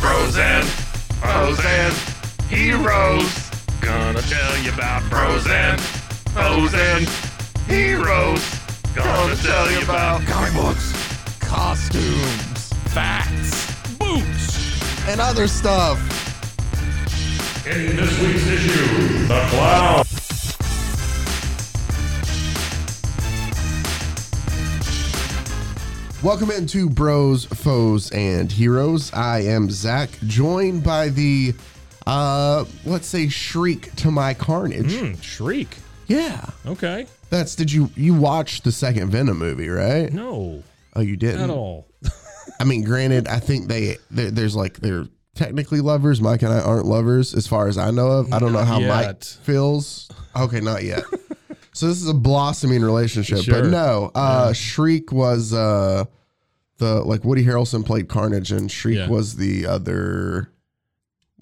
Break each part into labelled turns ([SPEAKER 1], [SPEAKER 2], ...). [SPEAKER 1] Frozen, frozen, heroes. Gonna tell you about frozen, frozen, heroes. Gonna tell you about
[SPEAKER 2] Oh, comic books, costumes, facts, boots, and other stuff.
[SPEAKER 1] in this week's issue, the clown.
[SPEAKER 2] Welcome into Bros, Foes, and Heroes. I am Zach, joined by the, uh, let's say, shriek to my carnage.
[SPEAKER 3] Hmm, Shriek.
[SPEAKER 2] Yeah,
[SPEAKER 3] Okay.
[SPEAKER 2] that's. Did you you watch the second Venom movie, right?
[SPEAKER 3] No,
[SPEAKER 2] Oh, you didn't.
[SPEAKER 3] at all.
[SPEAKER 2] I mean, granted, I think they there- there's like they're technically lovers. Mike and I aren't lovers, as far as I know of. I don't know how Mike
[SPEAKER 3] yet.
[SPEAKER 2] feels. Okay, not yet. so this is a blossoming relationship,
[SPEAKER 3] Sure.
[SPEAKER 2] but no. Uh, Shriek was uh, the like Woody Harrelson played Carnage, and Shriek
[SPEAKER 3] Yeah.
[SPEAKER 2] was the other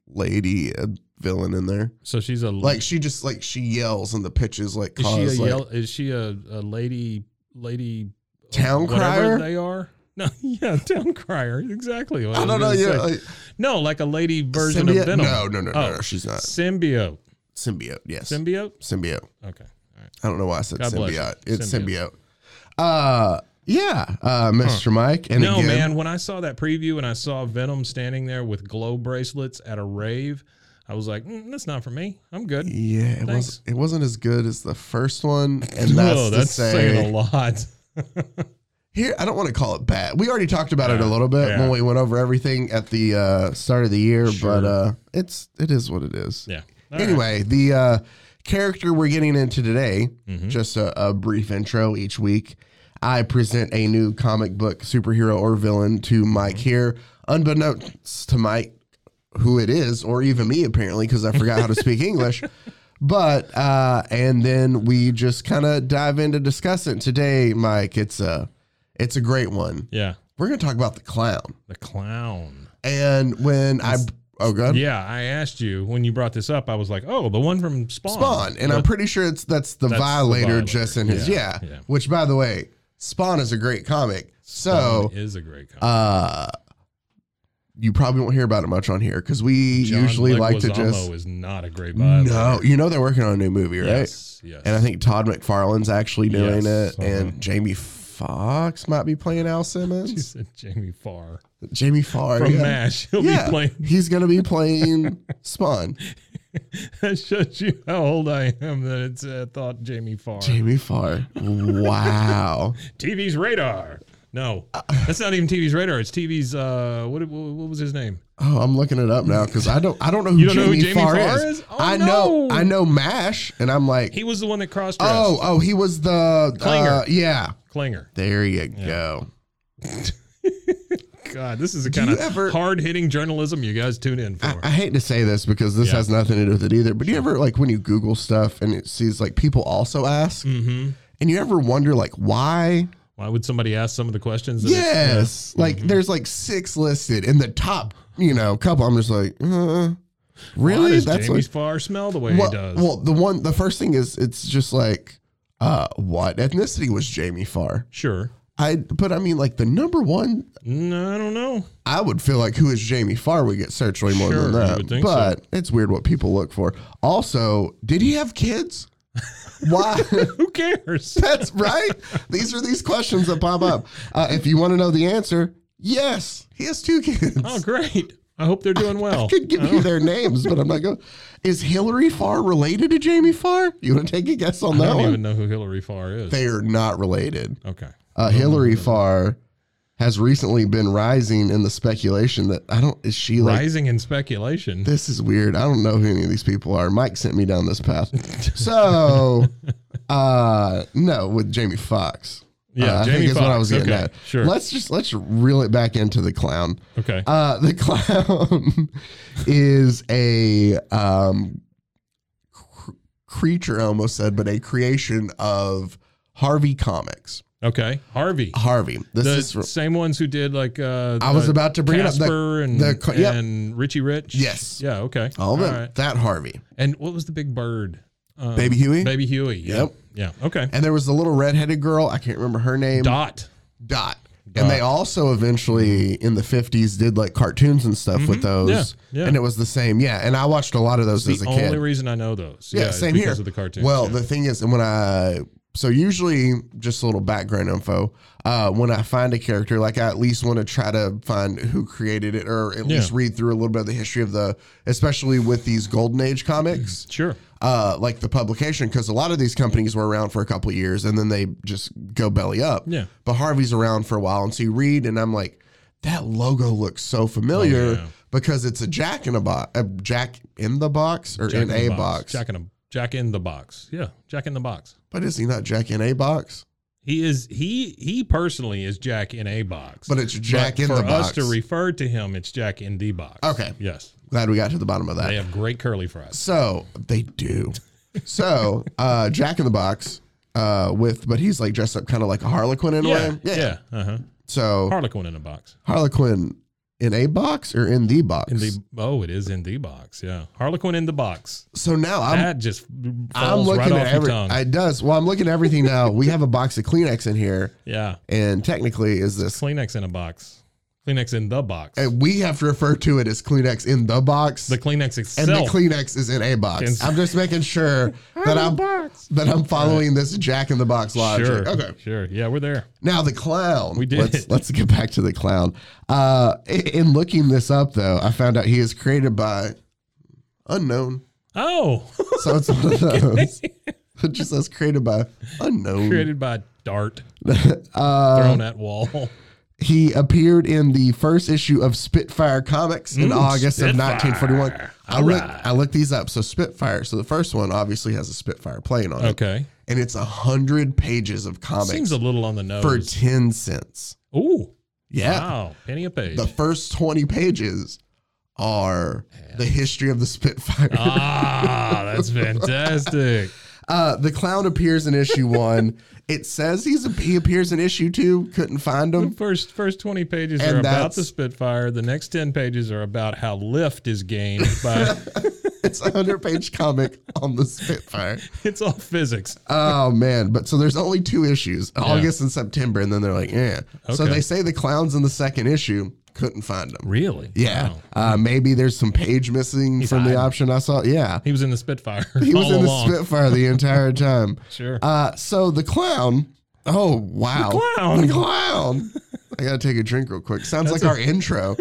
[SPEAKER 2] lady uh, villain in there.
[SPEAKER 3] So she's a
[SPEAKER 2] Like she just like she yells and the pitches like
[SPEAKER 3] Is she a
[SPEAKER 2] cause like
[SPEAKER 3] yell, Is she a, a lady? Lady
[SPEAKER 2] town
[SPEAKER 3] whatever
[SPEAKER 2] crier.
[SPEAKER 3] they are. No, yeah, town crier. Exactly. what
[SPEAKER 2] I
[SPEAKER 3] was
[SPEAKER 2] don't know.
[SPEAKER 3] gonna
[SPEAKER 2] Yeah,
[SPEAKER 3] say.
[SPEAKER 2] like,
[SPEAKER 3] no, like a lady version
[SPEAKER 2] symbiote?
[SPEAKER 3] of Venom.
[SPEAKER 2] No, no, no, no,
[SPEAKER 3] Oh.
[SPEAKER 2] no. She's not
[SPEAKER 3] Symbiote.
[SPEAKER 2] symbiote. Yes,
[SPEAKER 3] Symbiote.
[SPEAKER 2] symbiote.
[SPEAKER 3] Okay. All right.
[SPEAKER 2] I don't know why I said
[SPEAKER 3] God bless you.
[SPEAKER 2] symbiote. It's
[SPEAKER 3] Symbiote.
[SPEAKER 2] symbiote. Uh, yeah, uh, Mr. Mike. And
[SPEAKER 3] no,
[SPEAKER 2] again,
[SPEAKER 3] man. When I saw that preview and I saw Venom standing there with glow bracelets at a rave, I was like, mm, "That's not for me. I'm good."
[SPEAKER 2] yeah, it
[SPEAKER 3] Thanks.
[SPEAKER 2] was it wasn't as good as the first one, and that's,
[SPEAKER 3] Whoa,
[SPEAKER 2] to
[SPEAKER 3] that's
[SPEAKER 2] say-
[SPEAKER 3] saying a lot.
[SPEAKER 2] Here, I don't want to call it bad. We already talked about it a little bit
[SPEAKER 3] yeah.
[SPEAKER 2] when we went over everything at the uh, start of the year,
[SPEAKER 3] Sure.
[SPEAKER 2] but uh, it's it is what it is.
[SPEAKER 3] Yeah.
[SPEAKER 2] anyway, the uh, character we're getting into today,
[SPEAKER 3] Mhm.
[SPEAKER 2] just a, a brief intro each week. I present a new comic book superhero or villain to Mike here, unbeknownst to Mike who it is, or even me apparently, because I forgot how to speak English. But uh, and then we just kind of dive into discuss it today, Mike. It's a it's a great one.
[SPEAKER 3] Yeah.
[SPEAKER 2] We're gonna talk about the clown,
[SPEAKER 3] The clown.
[SPEAKER 2] and when I oh god
[SPEAKER 3] Yeah, I asked you when you brought this up. I was like, "Oh, the one from Spawn."
[SPEAKER 2] Spawn, and I'm
[SPEAKER 3] But-
[SPEAKER 2] pretty sure it's that's the
[SPEAKER 3] That's the
[SPEAKER 2] violator,
[SPEAKER 3] Violator,
[SPEAKER 2] just in his
[SPEAKER 3] yeah,
[SPEAKER 2] yeah,
[SPEAKER 3] yeah.
[SPEAKER 2] Which by the way, Spawn is a great comic. So
[SPEAKER 3] Spawn is a great comic.
[SPEAKER 2] uh you probably won't hear about it much on here because we
[SPEAKER 3] John
[SPEAKER 2] usually like to
[SPEAKER 3] Leguizamo
[SPEAKER 2] just
[SPEAKER 3] is not a great vibe.
[SPEAKER 2] no. You know they're working on a new movie, right?
[SPEAKER 3] Yes. Yes.
[SPEAKER 2] And I think Todd McFarlane's actually doing
[SPEAKER 3] Yes,
[SPEAKER 2] it, and
[SPEAKER 3] uh-huh.
[SPEAKER 2] Jamie Fox might be playing Al
[SPEAKER 3] you
[SPEAKER 2] Simmons.
[SPEAKER 3] said Jamie Farr
[SPEAKER 2] Jamie Farr
[SPEAKER 3] from
[SPEAKER 2] yeah.
[SPEAKER 3] Mash. He'll
[SPEAKER 2] Yeah,
[SPEAKER 3] be playing.
[SPEAKER 2] he's gonna be playing Spawn.
[SPEAKER 3] that shows you how old I am. That it's uh, thought Jamie Farr.
[SPEAKER 2] Jamie Farr. Wow.
[SPEAKER 3] TV's radar. No,
[SPEAKER 2] Uh,
[SPEAKER 3] that's not even TV's radar. It's TV's. Uh, what, what what was his name?
[SPEAKER 2] Oh, I'm looking it up now because I don't I don't know who
[SPEAKER 3] You don't
[SPEAKER 2] Jamie,
[SPEAKER 3] know who Jamie
[SPEAKER 2] Farr,
[SPEAKER 3] Farr
[SPEAKER 2] is.
[SPEAKER 3] is? Oh,
[SPEAKER 2] I know
[SPEAKER 3] no.
[SPEAKER 2] I know Mash, and I'm like,
[SPEAKER 3] He was the one that cross dressed.
[SPEAKER 2] oh oh, he was the
[SPEAKER 3] Klinger.
[SPEAKER 2] Uh, yeah,
[SPEAKER 3] Klinger.
[SPEAKER 2] there you go.
[SPEAKER 3] God, this is the
[SPEAKER 2] Do
[SPEAKER 3] kind of
[SPEAKER 2] you ever-
[SPEAKER 3] hard hitting journalism you guys tune in for.
[SPEAKER 2] I, I hate to say this because this
[SPEAKER 3] Yeah.
[SPEAKER 2] has nothing to do with it either. But do you ever like when you Google stuff and it sees like people also ask,
[SPEAKER 3] mm-hmm.
[SPEAKER 2] and you ever wonder like why?
[SPEAKER 3] Why would somebody ask some of the questions? that it- Mm-hmm.
[SPEAKER 2] Yes, like there's like six listed in the top, you know, couple. I'm just like, uh,
[SPEAKER 3] Why
[SPEAKER 2] really?
[SPEAKER 3] does
[SPEAKER 2] That's
[SPEAKER 3] Jamie
[SPEAKER 2] like,
[SPEAKER 3] Farr smell the way
[SPEAKER 2] well,
[SPEAKER 3] he does?
[SPEAKER 2] well, the one, the first thing is it's just like, uh, what ethnicity was Jamie Farr?
[SPEAKER 3] sure.
[SPEAKER 2] I, but I mean, like the number one
[SPEAKER 3] No, I don't know.
[SPEAKER 2] I would feel like who is Jamie Farr would get searched way more
[SPEAKER 3] Sure,
[SPEAKER 2] than
[SPEAKER 3] you
[SPEAKER 2] that.
[SPEAKER 3] would think
[SPEAKER 2] but it's weird what people look for. Also, did he have kids? Why?
[SPEAKER 3] Who cares?
[SPEAKER 2] That's right. These are these questions that pop up. Uh, if you want to know the answer, yes, he has two kids.
[SPEAKER 3] Oh, great. Oh, I hope they're doing well.
[SPEAKER 2] I could give you their names, but I'm not going. Is Hillary Farr related to Jamie Farr? You want to take a guess on
[SPEAKER 3] I
[SPEAKER 2] that
[SPEAKER 3] don't
[SPEAKER 2] one?
[SPEAKER 3] even know who Hillary Farr is. Mm.
[SPEAKER 2] They are not related.
[SPEAKER 3] okay.
[SPEAKER 2] Uh, Hillary Uh, Farr has recently been rising in the speculation that I don't is she like
[SPEAKER 3] Mm-hmm. Rising in speculation.
[SPEAKER 2] this is weird. I don't know who any of these people are. Mike sent me down this path. so uh no, with Jamie Foxx.
[SPEAKER 3] Yeah,
[SPEAKER 2] Uh, I
[SPEAKER 3] Jamie
[SPEAKER 2] think is what I
[SPEAKER 3] Foxx.
[SPEAKER 2] was getting
[SPEAKER 3] Okay,
[SPEAKER 2] at.
[SPEAKER 3] sure.
[SPEAKER 2] Let's just let's reel it back into the clown.
[SPEAKER 3] Okay.
[SPEAKER 2] Uh, the clown is a um, cr- creature, I almost said, but a creation of Harvey Comics.
[SPEAKER 3] Okay. Harvey.
[SPEAKER 2] Harvey. Oh, This
[SPEAKER 3] The
[SPEAKER 2] is.
[SPEAKER 3] same ones who did like uh
[SPEAKER 2] I was
[SPEAKER 3] uh,
[SPEAKER 2] about to bring it up. The-
[SPEAKER 3] Casper and,
[SPEAKER 2] the co- yep.
[SPEAKER 3] and Richie Rich.
[SPEAKER 2] Yes.
[SPEAKER 3] Yeah, okay.
[SPEAKER 2] all that,
[SPEAKER 3] right.
[SPEAKER 2] that Harvey.
[SPEAKER 3] And what was the big bird? Um,
[SPEAKER 2] Baby Huey?
[SPEAKER 3] Baby Huey. Yeah.
[SPEAKER 2] Yep.
[SPEAKER 3] Yeah. Okay.
[SPEAKER 2] And there was the little redheaded girl. I can't remember her name.
[SPEAKER 3] Dot.
[SPEAKER 2] Dot. And they also eventually in the 50s did like cartoons and stuff with those.
[SPEAKER 3] Mm-hmm. Yeah, yeah.
[SPEAKER 2] And it was the same. Yeah. And I watched a lot of those as
[SPEAKER 3] the
[SPEAKER 2] a
[SPEAKER 3] only
[SPEAKER 2] kid.
[SPEAKER 3] reason I know those.
[SPEAKER 2] Yeah,
[SPEAKER 3] is
[SPEAKER 2] same
[SPEAKER 3] because
[SPEAKER 2] here.
[SPEAKER 3] of the cartoons.
[SPEAKER 2] Well,
[SPEAKER 3] yeah.
[SPEAKER 2] the thing is, and when I so usually just a little background info. Uh, when I find a character, like I at least want to try to find who created it, or at
[SPEAKER 3] Yeah.
[SPEAKER 2] least read through a little bit of the history of the, especially with these golden age comics,
[SPEAKER 3] sure.
[SPEAKER 2] uh, like the publication, because a lot of these companies were around for a couple of years and then they just go belly up.
[SPEAKER 3] Yeah.
[SPEAKER 2] But Harvey's around for a while, and so you read, and I'm like, that logo looks so familiar.
[SPEAKER 3] Oh, yeah.
[SPEAKER 2] Because it's a Jack in a box, a Jack in the box, or
[SPEAKER 3] Jack
[SPEAKER 2] in,
[SPEAKER 3] the
[SPEAKER 2] a box.
[SPEAKER 3] Jack in a Jack in the box. Yeah. Jack in the box.
[SPEAKER 2] But is he not Jack in a box?
[SPEAKER 3] He is he he personally is Jack in a box.
[SPEAKER 2] But it's Jack in
[SPEAKER 3] for
[SPEAKER 2] the
[SPEAKER 3] us
[SPEAKER 2] box.
[SPEAKER 3] to refer to him, it's Jack in the box.
[SPEAKER 2] Okay.
[SPEAKER 3] Yes.
[SPEAKER 2] Glad we got to the bottom of that.
[SPEAKER 3] They have great curly fries.
[SPEAKER 2] So they do. So uh, Jack in the box uh, with, but he's like dressed up kind of like a Harlequin in a
[SPEAKER 3] Yeah.
[SPEAKER 2] way.
[SPEAKER 3] Yeah. Uh huh.
[SPEAKER 2] So
[SPEAKER 3] Harlequin in a box.
[SPEAKER 2] Harlequin in a box or in the box?
[SPEAKER 3] In the oh, it is in the box. Yeah. Harlequin in the box.
[SPEAKER 2] so now I'm
[SPEAKER 3] that just
[SPEAKER 2] I'm
[SPEAKER 3] falls
[SPEAKER 2] looking
[SPEAKER 3] right off
[SPEAKER 2] at
[SPEAKER 3] your
[SPEAKER 2] every.
[SPEAKER 3] tongue.
[SPEAKER 2] It does. Well, I'm looking at everything now. we have a box of Kleenex in here,
[SPEAKER 3] yeah.
[SPEAKER 2] and technically, is this?
[SPEAKER 3] Kleenex in a box. Kleenex in the box.
[SPEAKER 2] and We have to refer to it as Kleenex in the box.
[SPEAKER 3] the Kleenex
[SPEAKER 2] and
[SPEAKER 3] itself.
[SPEAKER 2] the Kleenex is in a box.
[SPEAKER 3] It's-
[SPEAKER 2] I'm just making sure that I'm that I'm following this Jack in the Box logic.
[SPEAKER 3] Sure.
[SPEAKER 2] Okay.
[SPEAKER 3] Sure. Yeah, we're there.
[SPEAKER 2] Now the clown.
[SPEAKER 3] We did
[SPEAKER 2] Let's,
[SPEAKER 3] it.
[SPEAKER 2] let's get back to the clown. Uh, i- in looking this up, though, I found out he is created by unknown.
[SPEAKER 3] Oh,
[SPEAKER 2] So it's one of those. It just says created by unknown.
[SPEAKER 3] created by Dart
[SPEAKER 2] Uh,
[SPEAKER 3] thrown at wall.
[SPEAKER 2] He appeared in the first issue of Spitfire Comics in August of
[SPEAKER 3] Spitfire.
[SPEAKER 2] 1941. I
[SPEAKER 3] All
[SPEAKER 2] looked,
[SPEAKER 3] right.
[SPEAKER 2] I looked these up. So Spitfire. So the first one obviously has a Spitfire plane on it.
[SPEAKER 3] Okay,
[SPEAKER 2] and it's a hundred pages of comics
[SPEAKER 3] seems a little on the nose.
[SPEAKER 2] for ten cents.
[SPEAKER 3] Ooh,
[SPEAKER 2] Yeah,
[SPEAKER 3] wow, penny a page.
[SPEAKER 2] the first twenty pages are the history of the Spitfire.
[SPEAKER 3] ah, that's fantastic.
[SPEAKER 2] Uh, the clown appears in issue one. It says he's a, he appears in issue two. Couldn't find him.
[SPEAKER 3] First, first twenty pages
[SPEAKER 2] And
[SPEAKER 3] are about
[SPEAKER 2] that's-
[SPEAKER 3] the Spitfire. The next ten pages are about how lift is gained by.
[SPEAKER 2] It's a hundred page comic on the Spitfire.
[SPEAKER 3] it's all physics.
[SPEAKER 2] Oh man! But so there's only two issues, August and September, and then they're like, yeah. So
[SPEAKER 3] Okay.
[SPEAKER 2] they say the clown's in the second issue. Couldn't find him.
[SPEAKER 3] Really?
[SPEAKER 2] Yeah.
[SPEAKER 3] Wow.
[SPEAKER 2] Uh, maybe there's some page missing from the
[SPEAKER 3] hiding.
[SPEAKER 2] option I saw. Yeah.
[SPEAKER 3] He was in the Spitfire.
[SPEAKER 2] He was
[SPEAKER 3] all
[SPEAKER 2] in
[SPEAKER 3] along.
[SPEAKER 2] the Spitfire the entire time.
[SPEAKER 3] Sure.
[SPEAKER 2] Uh, so the clown. Oh wow. The
[SPEAKER 3] clown.
[SPEAKER 2] The clown. I gotta take a drink real quick. Sounds like our intro.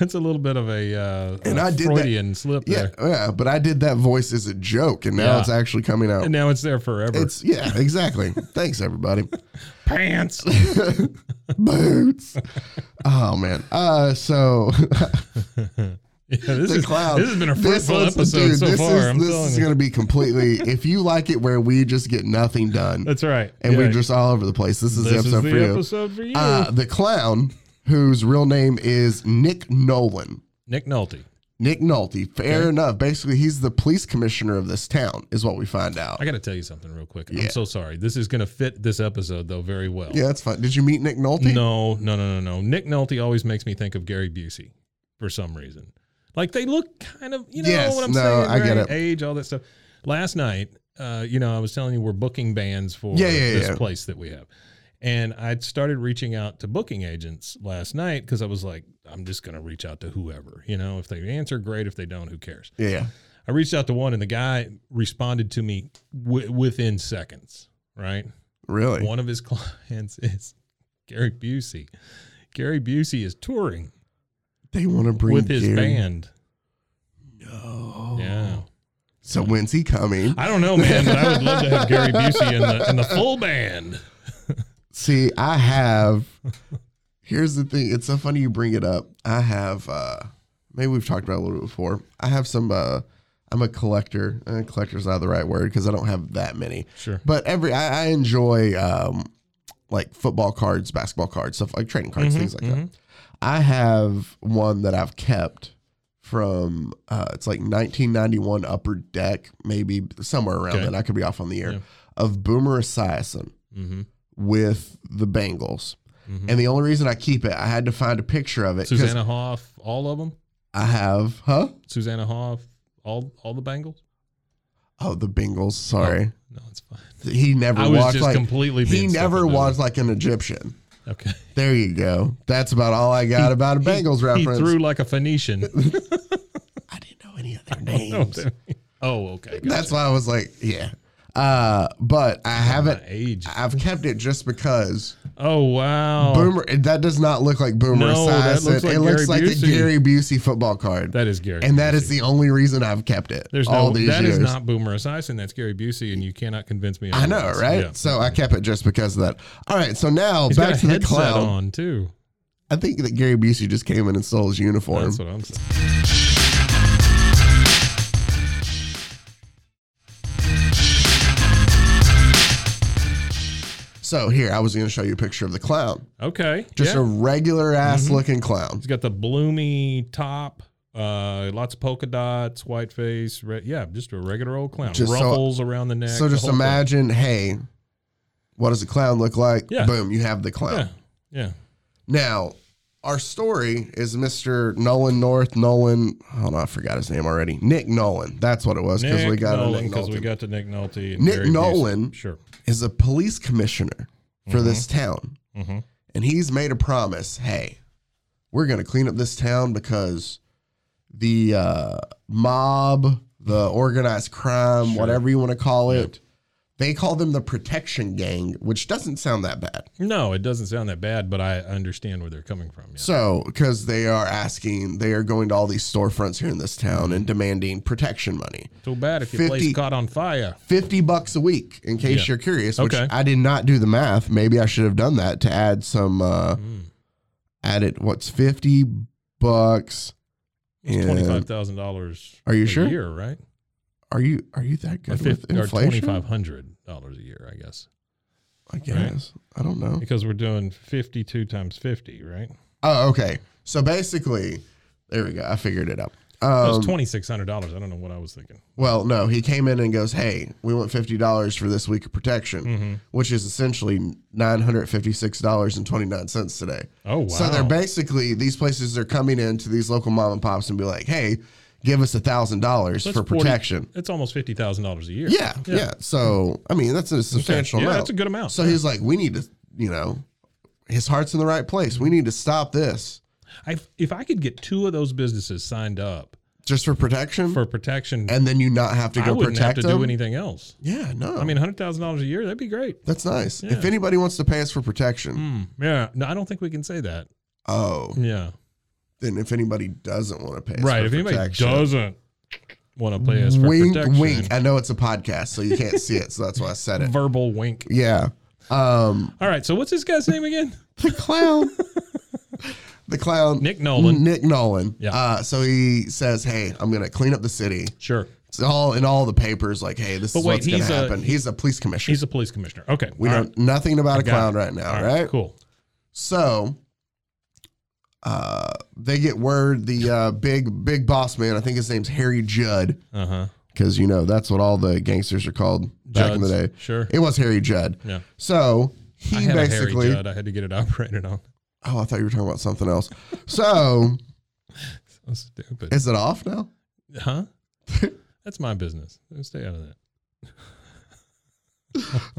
[SPEAKER 3] That's a little bit of a, uh,
[SPEAKER 2] And
[SPEAKER 3] a
[SPEAKER 2] I did that-
[SPEAKER 3] Freudian slip
[SPEAKER 2] Yeah,
[SPEAKER 3] there.
[SPEAKER 2] yeah. But I did that voice as a joke, and now
[SPEAKER 3] Yeah.
[SPEAKER 2] it's actually coming out.
[SPEAKER 3] And now it's there forever.
[SPEAKER 2] It's yeah, exactly. Thanks everybody.
[SPEAKER 3] pants.
[SPEAKER 2] Boots. Oh man. Uh, so
[SPEAKER 3] Yeah, this,
[SPEAKER 2] the
[SPEAKER 3] is,
[SPEAKER 2] clown.
[SPEAKER 3] this has been a fruitful
[SPEAKER 2] one's-
[SPEAKER 3] episode
[SPEAKER 2] dude,
[SPEAKER 3] so
[SPEAKER 2] this
[SPEAKER 3] far.
[SPEAKER 2] Is,
[SPEAKER 3] I'm
[SPEAKER 2] this
[SPEAKER 3] telling
[SPEAKER 2] is
[SPEAKER 3] you.
[SPEAKER 2] going to be completely. if you like it, where we just get nothing done,
[SPEAKER 3] That's right.
[SPEAKER 2] and we're
[SPEAKER 3] Yeah.
[SPEAKER 2] just all over the place. This is
[SPEAKER 3] this
[SPEAKER 2] the episode
[SPEAKER 3] is the
[SPEAKER 2] for you.
[SPEAKER 3] episode for you.
[SPEAKER 2] Uh, the clown, whose real name is Nick Nolan.
[SPEAKER 3] Nick Nolte.
[SPEAKER 2] Nick Nolte. Fair enough. Basically, he's the police commissioner of this town, is what we find out.
[SPEAKER 3] I got to tell you something real quick.
[SPEAKER 2] Yeah.
[SPEAKER 3] I'm so sorry. This is going to fit this episode though very well.
[SPEAKER 2] yeah, that's fine. Did you meet Nick Nolte?
[SPEAKER 3] No, no, no, no, no. Nick Nolte always makes me think of Gary Busey for some reason. Like they look kind of, you know
[SPEAKER 2] Yes,
[SPEAKER 3] what I'm
[SPEAKER 2] no,
[SPEAKER 3] saying?
[SPEAKER 2] I get
[SPEAKER 3] right?
[SPEAKER 2] it.
[SPEAKER 3] Age, all that stuff. Last night, uh, you know, I was telling you we're booking bands for
[SPEAKER 2] Yeah, yeah,
[SPEAKER 3] this
[SPEAKER 2] yeah.
[SPEAKER 3] place that we have. And I started reaching out to booking agents last night because I was like, I'm just going to reach out to whoever. You know, if they answer, great. If they don't, who cares?
[SPEAKER 2] Yeah.
[SPEAKER 3] I reached out to one and the guy responded to me w- within seconds, right?
[SPEAKER 2] Really?
[SPEAKER 3] One of his clients is Gary Busey. Gary Busey is touring
[SPEAKER 2] They want to bring
[SPEAKER 3] with his
[SPEAKER 2] Gary.
[SPEAKER 3] band. No. Yeah.
[SPEAKER 2] So when's he coming?
[SPEAKER 3] I don't know, man, but I would love to have Gary Busey in the in the full band.
[SPEAKER 2] See, I have Here's the thing. It's so funny you bring it up. I have uh maybe we've talked about it a little bit before. I have some uh I'm a collector. Uh, collector's not the right word because I don't have that many.
[SPEAKER 3] Sure.
[SPEAKER 2] But every I, I enjoy um like football cards, basketball cards, stuff like trading cards,
[SPEAKER 3] Mm-hmm,
[SPEAKER 2] things like that. I have one that I've kept from uh it's like 1991 upper deck, maybe somewhere around
[SPEAKER 3] Okay.
[SPEAKER 2] that. I could be off on the year
[SPEAKER 3] Yeah.
[SPEAKER 2] of Boomer Esiason
[SPEAKER 3] Mm-hmm.
[SPEAKER 2] with the Bengals.
[SPEAKER 3] Mhm.
[SPEAKER 2] And the only reason I keep it, I had to find a picture of it because
[SPEAKER 3] Susanna Hoff, all of them.
[SPEAKER 2] I have, huh?
[SPEAKER 3] Susanna Hoff, all all the Bengals.
[SPEAKER 2] Oh, the Bengals. Sorry,
[SPEAKER 3] No, it's fine.
[SPEAKER 2] he never
[SPEAKER 3] Oh. I was
[SPEAKER 2] watched
[SPEAKER 3] just
[SPEAKER 2] like
[SPEAKER 3] completely
[SPEAKER 2] he
[SPEAKER 3] being
[SPEAKER 2] never
[SPEAKER 3] stupid, dude.
[SPEAKER 2] watched like an Egyptian.
[SPEAKER 3] Okay.
[SPEAKER 2] There you go. That's about all I got about a Bengals
[SPEAKER 3] He
[SPEAKER 2] reference.
[SPEAKER 3] threw like a Phoenician.
[SPEAKER 2] I didn't know any of their
[SPEAKER 3] No,
[SPEAKER 2] names.
[SPEAKER 3] dude. oh, okay.
[SPEAKER 2] That's why I was like, yeah. Uh, but I haven't.
[SPEAKER 3] My age.
[SPEAKER 2] I've kept it just because
[SPEAKER 3] Oh wow.
[SPEAKER 2] Boomer. That does not look like Boomer.
[SPEAKER 3] No, that looks
[SPEAKER 2] Esiason.
[SPEAKER 3] like
[SPEAKER 2] it looks
[SPEAKER 3] Gary
[SPEAKER 2] like
[SPEAKER 3] Busey.
[SPEAKER 2] the Gary Busey football card.
[SPEAKER 3] That is Gary.
[SPEAKER 2] and that
[SPEAKER 3] Busey.
[SPEAKER 2] is the only reason I've kept it.
[SPEAKER 3] There's
[SPEAKER 2] all
[SPEAKER 3] no.
[SPEAKER 2] these
[SPEAKER 3] That is
[SPEAKER 2] years.
[SPEAKER 3] not Boomer Esiason. That's Gary Busey, and you cannot convince me.
[SPEAKER 2] I know,
[SPEAKER 3] otherwise.
[SPEAKER 2] right?
[SPEAKER 3] Yeah.
[SPEAKER 2] So I kept it just because of that. All right, so now
[SPEAKER 3] He's got
[SPEAKER 2] back
[SPEAKER 3] a
[SPEAKER 2] to the
[SPEAKER 3] headset
[SPEAKER 2] clown.
[SPEAKER 3] on too.
[SPEAKER 2] I think that Gary Busey just came in and stole his uniform.
[SPEAKER 3] That's what I'm saying.
[SPEAKER 2] So here, I was going to show you a picture of the clown,
[SPEAKER 3] Okay.
[SPEAKER 2] just
[SPEAKER 3] yeah. Mm-hmm.
[SPEAKER 2] a regular ass looking clown.
[SPEAKER 3] He's got the bloomy top, uh, lots of polka dots, white face, red, yeah, just a regular old clown.
[SPEAKER 2] Just so-
[SPEAKER 3] Ruffles around the neck.
[SPEAKER 2] So
[SPEAKER 3] the
[SPEAKER 2] just
[SPEAKER 3] whole thing.
[SPEAKER 2] imagine, hey, what does a clown look like?
[SPEAKER 3] Yeah.
[SPEAKER 2] Boom, you have the clown.
[SPEAKER 3] Yeah, yeah.
[SPEAKER 2] Now, our story is Mr. Nolan North. Nolan, oh no, I forgot his name already. Nick Nolan. That's what it was because
[SPEAKER 3] Nick
[SPEAKER 2] we got a
[SPEAKER 3] Nolan,
[SPEAKER 2] Nick
[SPEAKER 3] 'cause
[SPEAKER 2] Nolan.
[SPEAKER 3] we got to Nick Nolte. and
[SPEAKER 2] Nick
[SPEAKER 3] Gary Busey.
[SPEAKER 2] Nolan.
[SPEAKER 3] Sure.
[SPEAKER 2] is a police commissioner
[SPEAKER 3] Mm-hmm.
[SPEAKER 2] for this town.
[SPEAKER 3] Mhm.
[SPEAKER 2] And he's made a promise hey, we're going to clean up this town because the uh, mob, the organized crime, whatever you want to call it, they call them the protection gang, which doesn't sound that bad.
[SPEAKER 3] No, it doesn't sound that bad, but I understand where they're coming from. Yeah.
[SPEAKER 2] So, because they are asking, they are going to all these storefronts here in this town
[SPEAKER 3] Mm-hmm.
[SPEAKER 2] and demanding protection money.
[SPEAKER 3] Too bad if
[SPEAKER 2] 50
[SPEAKER 3] your place caught on fire.
[SPEAKER 2] 50 bucks a week in case
[SPEAKER 3] Yeah.
[SPEAKER 2] you're curious which
[SPEAKER 3] Okay.
[SPEAKER 2] i did not do the math maybe i should have done that to add some uh
[SPEAKER 3] Hmm.
[SPEAKER 2] add it what's 50 bucks
[SPEAKER 3] It's
[SPEAKER 2] and-
[SPEAKER 3] twenty five thousand dollars.
[SPEAKER 2] Are you
[SPEAKER 3] a
[SPEAKER 2] sure?
[SPEAKER 3] Year, right?
[SPEAKER 2] are you are you that
[SPEAKER 3] Or,
[SPEAKER 2] good
[SPEAKER 3] fif-
[SPEAKER 2] with
[SPEAKER 3] or twenty
[SPEAKER 2] inflation
[SPEAKER 3] five hundred dollars a year, I guess,
[SPEAKER 2] i guess i don't know
[SPEAKER 3] because we're doing fifty two times fifty, right?
[SPEAKER 2] oh okay so basically there we go i figured it out
[SPEAKER 3] That was
[SPEAKER 2] um,
[SPEAKER 3] twenty six hundred dollars. I don't know what I was thinking.
[SPEAKER 2] well no he came in and goes hey we want $50 for this week of protection
[SPEAKER 3] Mm-hmm.
[SPEAKER 2] which is essentially $956.29 today
[SPEAKER 3] Oh wow!
[SPEAKER 2] So they're basically these places are coming into these local mom and pops and be like, "Hey, give us a thousand dollars
[SPEAKER 3] So
[SPEAKER 2] for
[SPEAKER 3] it's 40
[SPEAKER 2] protection."
[SPEAKER 3] It's almost fifty thousand dollars a year.
[SPEAKER 2] yeah, yeah, So I mean, that's a substantial
[SPEAKER 3] Yeah,
[SPEAKER 2] amount.
[SPEAKER 3] that's a good amount.
[SPEAKER 2] So he's like, "We need to, you know, his heart's in the right place. We need to stop this
[SPEAKER 3] I, if I could get two of those businesses signed up
[SPEAKER 2] just for protection,
[SPEAKER 3] for protection,
[SPEAKER 2] and then you not have to
[SPEAKER 3] I
[SPEAKER 2] go
[SPEAKER 3] wouldn't have
[SPEAKER 2] protect
[SPEAKER 3] to
[SPEAKER 2] them."
[SPEAKER 3] do anything else.
[SPEAKER 2] yeah, no.
[SPEAKER 3] I mean, hundred thousand dollars a year, that'd be great.
[SPEAKER 2] that's nice.
[SPEAKER 3] Yeah.
[SPEAKER 2] If anybody wants to pay us for protection,
[SPEAKER 3] Hmm. Yeah. No, I don't think we can say that.
[SPEAKER 2] oh,
[SPEAKER 3] Yeah.
[SPEAKER 2] then if anybody doesn't want to pay us
[SPEAKER 3] right.
[SPEAKER 2] for
[SPEAKER 3] If anybody
[SPEAKER 2] protection,
[SPEAKER 3] doesn't want to play us for
[SPEAKER 2] wink,
[SPEAKER 3] protection,
[SPEAKER 2] wink. I know it's a podcast, so you can't see it, so that's why I said it.
[SPEAKER 3] verbal wink.
[SPEAKER 2] Yeah. Um,
[SPEAKER 3] All right. So what's this guy's name again?
[SPEAKER 2] the clown. the clown.
[SPEAKER 3] Nick Nolan.
[SPEAKER 2] Nick Nolan.
[SPEAKER 3] Yeah.
[SPEAKER 2] Uh, so he says, "Hey, I'm gonna clean up the city."
[SPEAKER 3] Sure.
[SPEAKER 2] It's all in all the papers. Like, hey, this
[SPEAKER 3] But
[SPEAKER 2] is
[SPEAKER 3] wait,
[SPEAKER 2] what's gonna
[SPEAKER 3] he's a-
[SPEAKER 2] happen. he's a police commissioner.
[SPEAKER 3] He's a police commissioner. Okay.
[SPEAKER 2] we
[SPEAKER 3] all
[SPEAKER 2] know
[SPEAKER 3] right,
[SPEAKER 2] nothing about a
[SPEAKER 3] got
[SPEAKER 2] clown
[SPEAKER 3] it.
[SPEAKER 2] right now,
[SPEAKER 3] all
[SPEAKER 2] right?
[SPEAKER 3] Cool.
[SPEAKER 2] So, uh, they get word the uh, big big boss man. I think his name's Harry Judd
[SPEAKER 3] Uh huh.
[SPEAKER 2] because you know that's what all the gangsters are called back in the
[SPEAKER 3] Judds,
[SPEAKER 2] day.
[SPEAKER 3] sure.
[SPEAKER 2] it was Harry Judd.
[SPEAKER 3] Yeah.
[SPEAKER 2] So he
[SPEAKER 3] I had a
[SPEAKER 2] basically.
[SPEAKER 3] Harry Judd. I had to get it operated on.
[SPEAKER 2] Oh, I thought you were talking about something else. So
[SPEAKER 3] So stupid.
[SPEAKER 2] Is it off now?
[SPEAKER 3] Huh? That's my business. Stay out of that.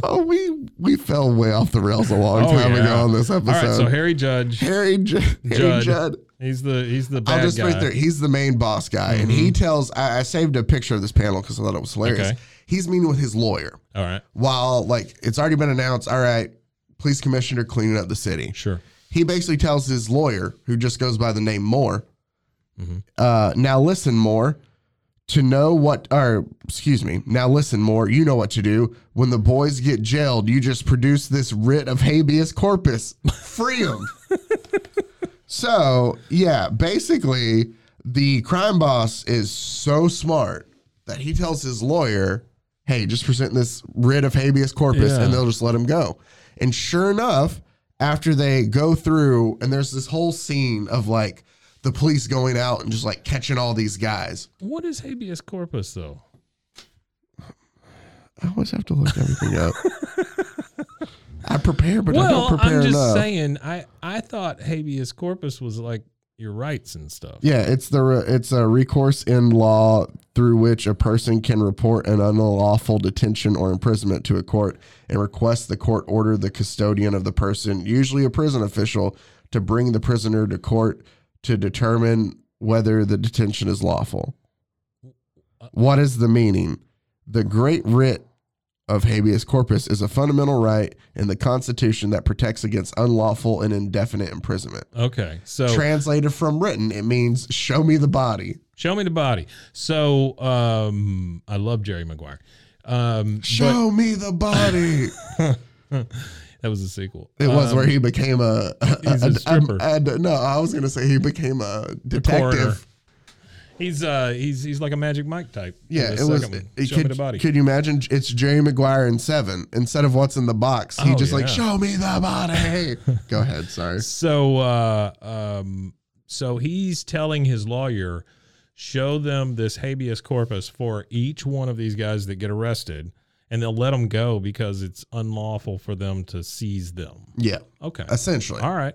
[SPEAKER 2] Oh, we we fell way off the rails a long
[SPEAKER 3] Oh,
[SPEAKER 2] time
[SPEAKER 3] yeah.
[SPEAKER 2] ago on this episode.
[SPEAKER 3] All right, so Harry Judge,
[SPEAKER 2] Harry, Ju- Harry
[SPEAKER 3] Judd,
[SPEAKER 2] Judd.
[SPEAKER 3] he's the he's the bad
[SPEAKER 2] I'll just
[SPEAKER 3] guy. Mm-hmm.
[SPEAKER 2] put there. He's the main boss guy, and he tells. I, I saved a picture of this panel because I thought it was hilarious.
[SPEAKER 3] Okay.
[SPEAKER 2] He's meeting with his lawyer
[SPEAKER 3] All right,
[SPEAKER 2] while like it's already been announced. All right, police commissioner cleaning up the city.
[SPEAKER 3] sure.
[SPEAKER 2] He basically tells his lawyer, who just goes by the name Moore.
[SPEAKER 3] Mm-hmm.
[SPEAKER 2] Uh, now listen, Moore. To know what, or excuse me, now listen, Moore. You know what to do when the boys get jailed. You just produce this writ of habeas corpus, free them. So, yeah, basically, the crime boss is so smart that he tells his lawyer, hey, just present this writ of habeas corpus
[SPEAKER 3] Yeah.
[SPEAKER 2] and they'll just let him go. And sure enough, after they go through, and there's this whole scene of like the police going out and just like catching all these guys.
[SPEAKER 3] What is habeas corpus though?
[SPEAKER 2] I always have to look everything up. I prepare, but I
[SPEAKER 3] well,
[SPEAKER 2] don't prepare
[SPEAKER 3] I'm just
[SPEAKER 2] enough.
[SPEAKER 3] saying. I I thought habeas corpus was like your rights and stuff.
[SPEAKER 2] Yeah, it's the re- it's a recourse in law through which a person can report an unlawful detention or imprisonment to a court and request the court order the custodian of the person, usually a prison official, to bring the prisoner to court to determine whether the detention is lawful. What is the meaning? The great writ of habeas corpus is a fundamental right in the Constitution that protects against unlawful and indefinite imprisonment.
[SPEAKER 3] Okay. So
[SPEAKER 2] Translated from written, it means show me the body.
[SPEAKER 3] show me the body. So um, I love Jerry Maguire. Um,
[SPEAKER 2] Show me the body.
[SPEAKER 3] that was a sequel.
[SPEAKER 2] It was
[SPEAKER 3] Um,
[SPEAKER 2] where he became a.
[SPEAKER 3] He's a stripper.
[SPEAKER 2] a- no, I was going to say he became a
[SPEAKER 3] coroner.
[SPEAKER 2] detective.
[SPEAKER 3] He's uh he's he's like a Magic Mike type. in
[SPEAKER 2] Yeah,
[SPEAKER 3] the
[SPEAKER 2] it was.
[SPEAKER 3] second one.
[SPEAKER 2] it-
[SPEAKER 3] Show
[SPEAKER 2] could,
[SPEAKER 3] me the body.
[SPEAKER 2] could you imagine? It's Jerry Maguire in Seven. Instead of what's in the box, he
[SPEAKER 3] Oh,
[SPEAKER 2] just like
[SPEAKER 3] yeah.
[SPEAKER 2] show me the body. Go ahead. Sorry.
[SPEAKER 3] so uh um so he's telling his lawyer show them this habeas corpus for each one of these guys that get arrested and they'll let them go because it's unlawful for them to seize them.
[SPEAKER 2] Yeah,
[SPEAKER 3] Okay.
[SPEAKER 2] essentially.
[SPEAKER 3] All right.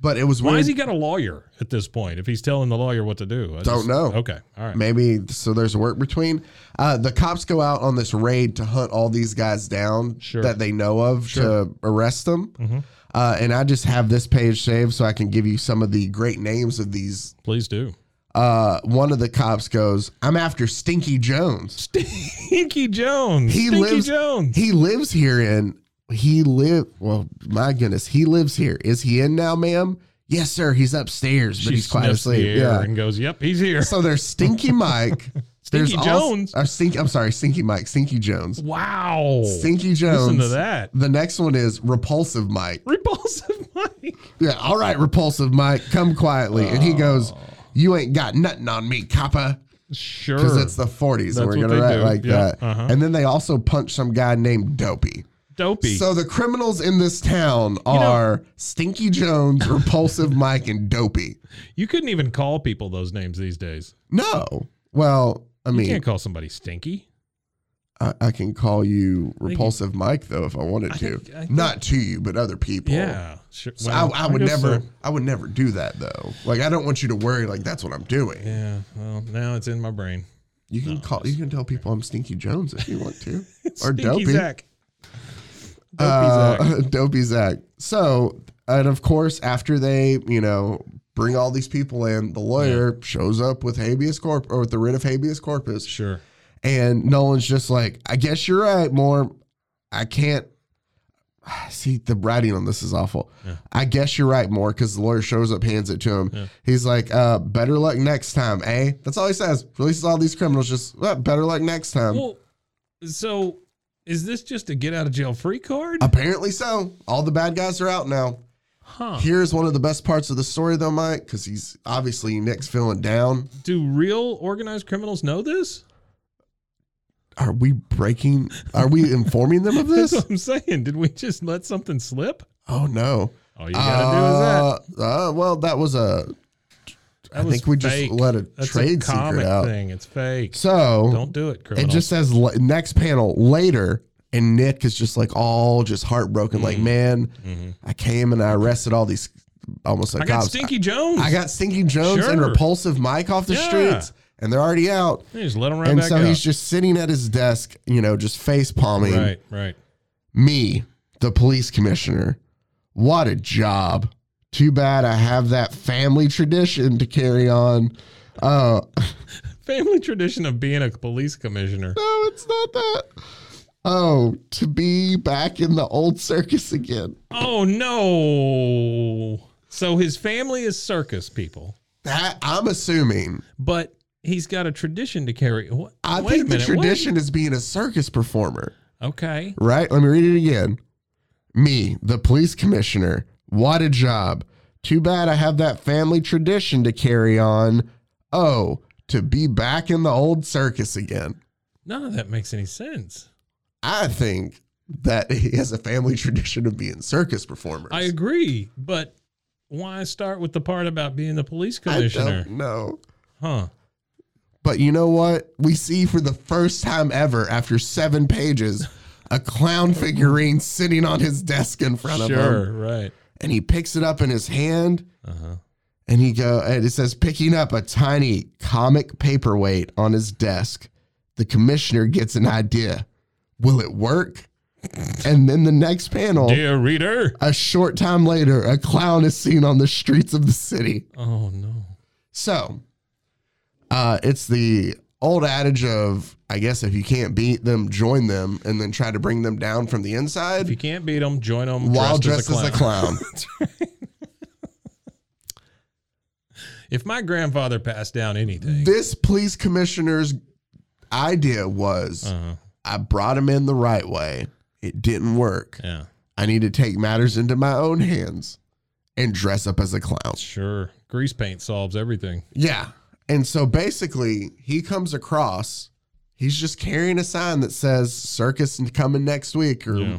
[SPEAKER 2] But it was
[SPEAKER 3] Why
[SPEAKER 2] weird.
[SPEAKER 3] has he got a lawyer at this point if he's telling the lawyer what to do? I
[SPEAKER 2] Don't know.
[SPEAKER 3] Okay. All right.
[SPEAKER 2] Maybe so. There's a work between. Uh, the cops go out on this raid to hunt all these guys down
[SPEAKER 3] Sure. Mm-hmm.
[SPEAKER 2] that they know of to arrest them. Uh, and I just have this page saved so I can give you some of the great names of these.
[SPEAKER 3] Please do.
[SPEAKER 2] Uh, one of the cops goes, "I'm after Stinky Jones.
[SPEAKER 3] Stinky Jones.
[SPEAKER 2] He
[SPEAKER 3] Stinky
[SPEAKER 2] lives.
[SPEAKER 3] Jones.
[SPEAKER 2] He lives here in. He live. Well, my goodness, he lives here. Is he in now, ma'am? Yes, sir. He's upstairs, but
[SPEAKER 3] she
[SPEAKER 2] he's quite
[SPEAKER 3] sniffs the
[SPEAKER 2] asleep.
[SPEAKER 3] air
[SPEAKER 2] Yeah.
[SPEAKER 3] and goes, "Yep, he's here."
[SPEAKER 2] So there's Stinky Mike.
[SPEAKER 3] Stinky
[SPEAKER 2] als-
[SPEAKER 3] Jones.
[SPEAKER 2] or Stink, I'm sorry, Stinky Mike. Stinky Jones.
[SPEAKER 3] Wow.
[SPEAKER 2] Stinky Jones.
[SPEAKER 3] Listen to that.
[SPEAKER 2] The next one is Repulsive Mike.
[SPEAKER 3] Repulsive Mike.
[SPEAKER 2] Yeah, all right, Repulsive Mike, come quietly. And he
[SPEAKER 3] Oh.
[SPEAKER 2] goes, You ain't got nothing on me, copper.
[SPEAKER 3] Sure.
[SPEAKER 2] Because it's the 40s. and
[SPEAKER 3] That's
[SPEAKER 2] we're going
[SPEAKER 3] what
[SPEAKER 2] to
[SPEAKER 3] they
[SPEAKER 2] write
[SPEAKER 3] do.
[SPEAKER 2] like
[SPEAKER 3] Yeah,
[SPEAKER 2] that.
[SPEAKER 3] uh-huh.
[SPEAKER 2] And then they also punch some guy named Dopey.
[SPEAKER 3] dopey.
[SPEAKER 2] So the criminals in this town are Stinky Jones, Repulsive Mike, and Dopey.
[SPEAKER 3] you couldn't even call people those names these days.
[SPEAKER 2] No. Well, I
[SPEAKER 3] You
[SPEAKER 2] mean,
[SPEAKER 3] can't call somebody stinky.
[SPEAKER 2] I, I can call you Repulsive Mike though if I wanted
[SPEAKER 3] I
[SPEAKER 2] to.
[SPEAKER 3] think- I think-
[SPEAKER 2] Not to you, but other people.
[SPEAKER 3] Yeah. Sure.
[SPEAKER 2] So
[SPEAKER 3] Well,
[SPEAKER 2] I, I would
[SPEAKER 3] guess
[SPEAKER 2] never,
[SPEAKER 3] so.
[SPEAKER 2] I would never do that though. Like I don't want you to worry. Like that's what I'm doing.
[SPEAKER 3] Yeah. Well, now it's in my brain.
[SPEAKER 2] You can call, you can tell people I'm Stinky Jones if you want to, or
[SPEAKER 3] Stinky
[SPEAKER 2] Dopey,
[SPEAKER 3] Zach. Dopey Zach.
[SPEAKER 2] Uh, Dopey Zach. So, and of course, after they, you know, bring all these people in, the lawyer shows up with habeas corp or with the writ of habeas corpus.
[SPEAKER 3] Sure.
[SPEAKER 2] And Nolan's just like, I guess you're right, More, I can't. See, the writing on this is awful. I guess you're right, More, because the lawyer shows up, hands it to him. He's like, uh, better luck next time, eh? That's all he says. Releases all these criminals, just "Well, better luck next time.
[SPEAKER 3] Well, so is this just a get out of jail free card?
[SPEAKER 2] Apparently so. All the bad guys are out now.
[SPEAKER 3] Huh.
[SPEAKER 2] Here's one of the best parts of the story, though, Mike, because he's obviously Nick's feeling down.
[SPEAKER 3] Do real organized criminals know this?
[SPEAKER 2] Are we breaking? Are we informing them of
[SPEAKER 3] That's
[SPEAKER 2] this?
[SPEAKER 3] what I'm saying. Did we just let something slip?
[SPEAKER 2] Oh no!
[SPEAKER 3] All you gotta do is that.
[SPEAKER 2] do is that. Uh, well, that was a.
[SPEAKER 3] That
[SPEAKER 2] I
[SPEAKER 3] was
[SPEAKER 2] think we just
[SPEAKER 3] fake.
[SPEAKER 2] let a
[SPEAKER 3] That's
[SPEAKER 2] trade
[SPEAKER 3] a
[SPEAKER 2] secret
[SPEAKER 3] comic
[SPEAKER 2] out.
[SPEAKER 3] thing. It's fake.
[SPEAKER 2] So
[SPEAKER 3] Don't do it,
[SPEAKER 2] it
[SPEAKER 3] criminals.
[SPEAKER 2] just says la- next panel later, and Nick is just like all just heartbroken, like
[SPEAKER 3] Mm-hmm.
[SPEAKER 2] man, I came and I arrested all these almost like
[SPEAKER 3] I got
[SPEAKER 2] cops.
[SPEAKER 3] Stinky Jones.
[SPEAKER 2] I got Stinky Jones and
[SPEAKER 3] Sure.
[SPEAKER 2] repulsive Mike off the
[SPEAKER 3] Yeah.
[SPEAKER 2] streets, and they're already out.
[SPEAKER 3] They just let him right
[SPEAKER 2] and
[SPEAKER 3] back
[SPEAKER 2] so
[SPEAKER 3] up.
[SPEAKER 2] he's just sitting at his desk, you know, just face palming
[SPEAKER 3] right, right.
[SPEAKER 2] me, the police commissioner. What a job. Too bad I have that family tradition to carry on. Uh,
[SPEAKER 3] Family tradition of being a police commissioner.
[SPEAKER 2] no, it's not that. Oh, to be back in the old circus again.
[SPEAKER 3] Oh no! So his family is circus people,
[SPEAKER 2] That I'm assuming.
[SPEAKER 3] but he's got a tradition to carry. What?
[SPEAKER 2] I
[SPEAKER 3] wait
[SPEAKER 2] think
[SPEAKER 3] a minute,
[SPEAKER 2] the tradition is being a circus performer.
[SPEAKER 3] Wait. Okay.
[SPEAKER 2] right? Let me read it again. Me, the police commissioner, what a job. Too bad I have that family tradition to carry on. Oh, to be back in the old circus again.
[SPEAKER 3] None of that makes any sense.
[SPEAKER 2] I think that he has a family tradition of being circus performers.
[SPEAKER 3] I agree, but why start with the part about being the police
[SPEAKER 2] I
[SPEAKER 3] commissioner?
[SPEAKER 2] don't know.
[SPEAKER 3] Huh?
[SPEAKER 2] But you know what? We see for the first time ever, after seven pages, a clown figurine sitting on his desk in front of him.
[SPEAKER 3] Sure, right.
[SPEAKER 2] And he picks it up in his hand
[SPEAKER 3] Uh huh.
[SPEAKER 2] and he go and it says picking up a tiny comic paperweight on his desk. The commissioner gets an idea. Will it work? And then the next panel,
[SPEAKER 3] Dear reader.
[SPEAKER 2] a short time later, a clown is seen on the streets of the city.
[SPEAKER 3] Oh no.
[SPEAKER 2] So, uh, it's the old adage of, I guess, if you can't beat them, join them, and then try to bring them down from the
[SPEAKER 3] If you
[SPEAKER 2] inside
[SPEAKER 3] can't beat them, join them
[SPEAKER 2] while
[SPEAKER 3] dressed, as, a
[SPEAKER 2] clown.
[SPEAKER 3] If my grandfather passed down anything,
[SPEAKER 2] this police commissioner's idea was
[SPEAKER 3] uh-huh.
[SPEAKER 2] I brought him in the right way. It didn't work.
[SPEAKER 3] yeah,
[SPEAKER 2] I need to take matters into my own hands and dress up as a clown.
[SPEAKER 3] sure. Grease paint solves everything.
[SPEAKER 2] Yeah. And so basically, he comes across, he's just carrying a sign that says circus and coming next week or
[SPEAKER 3] Yeah.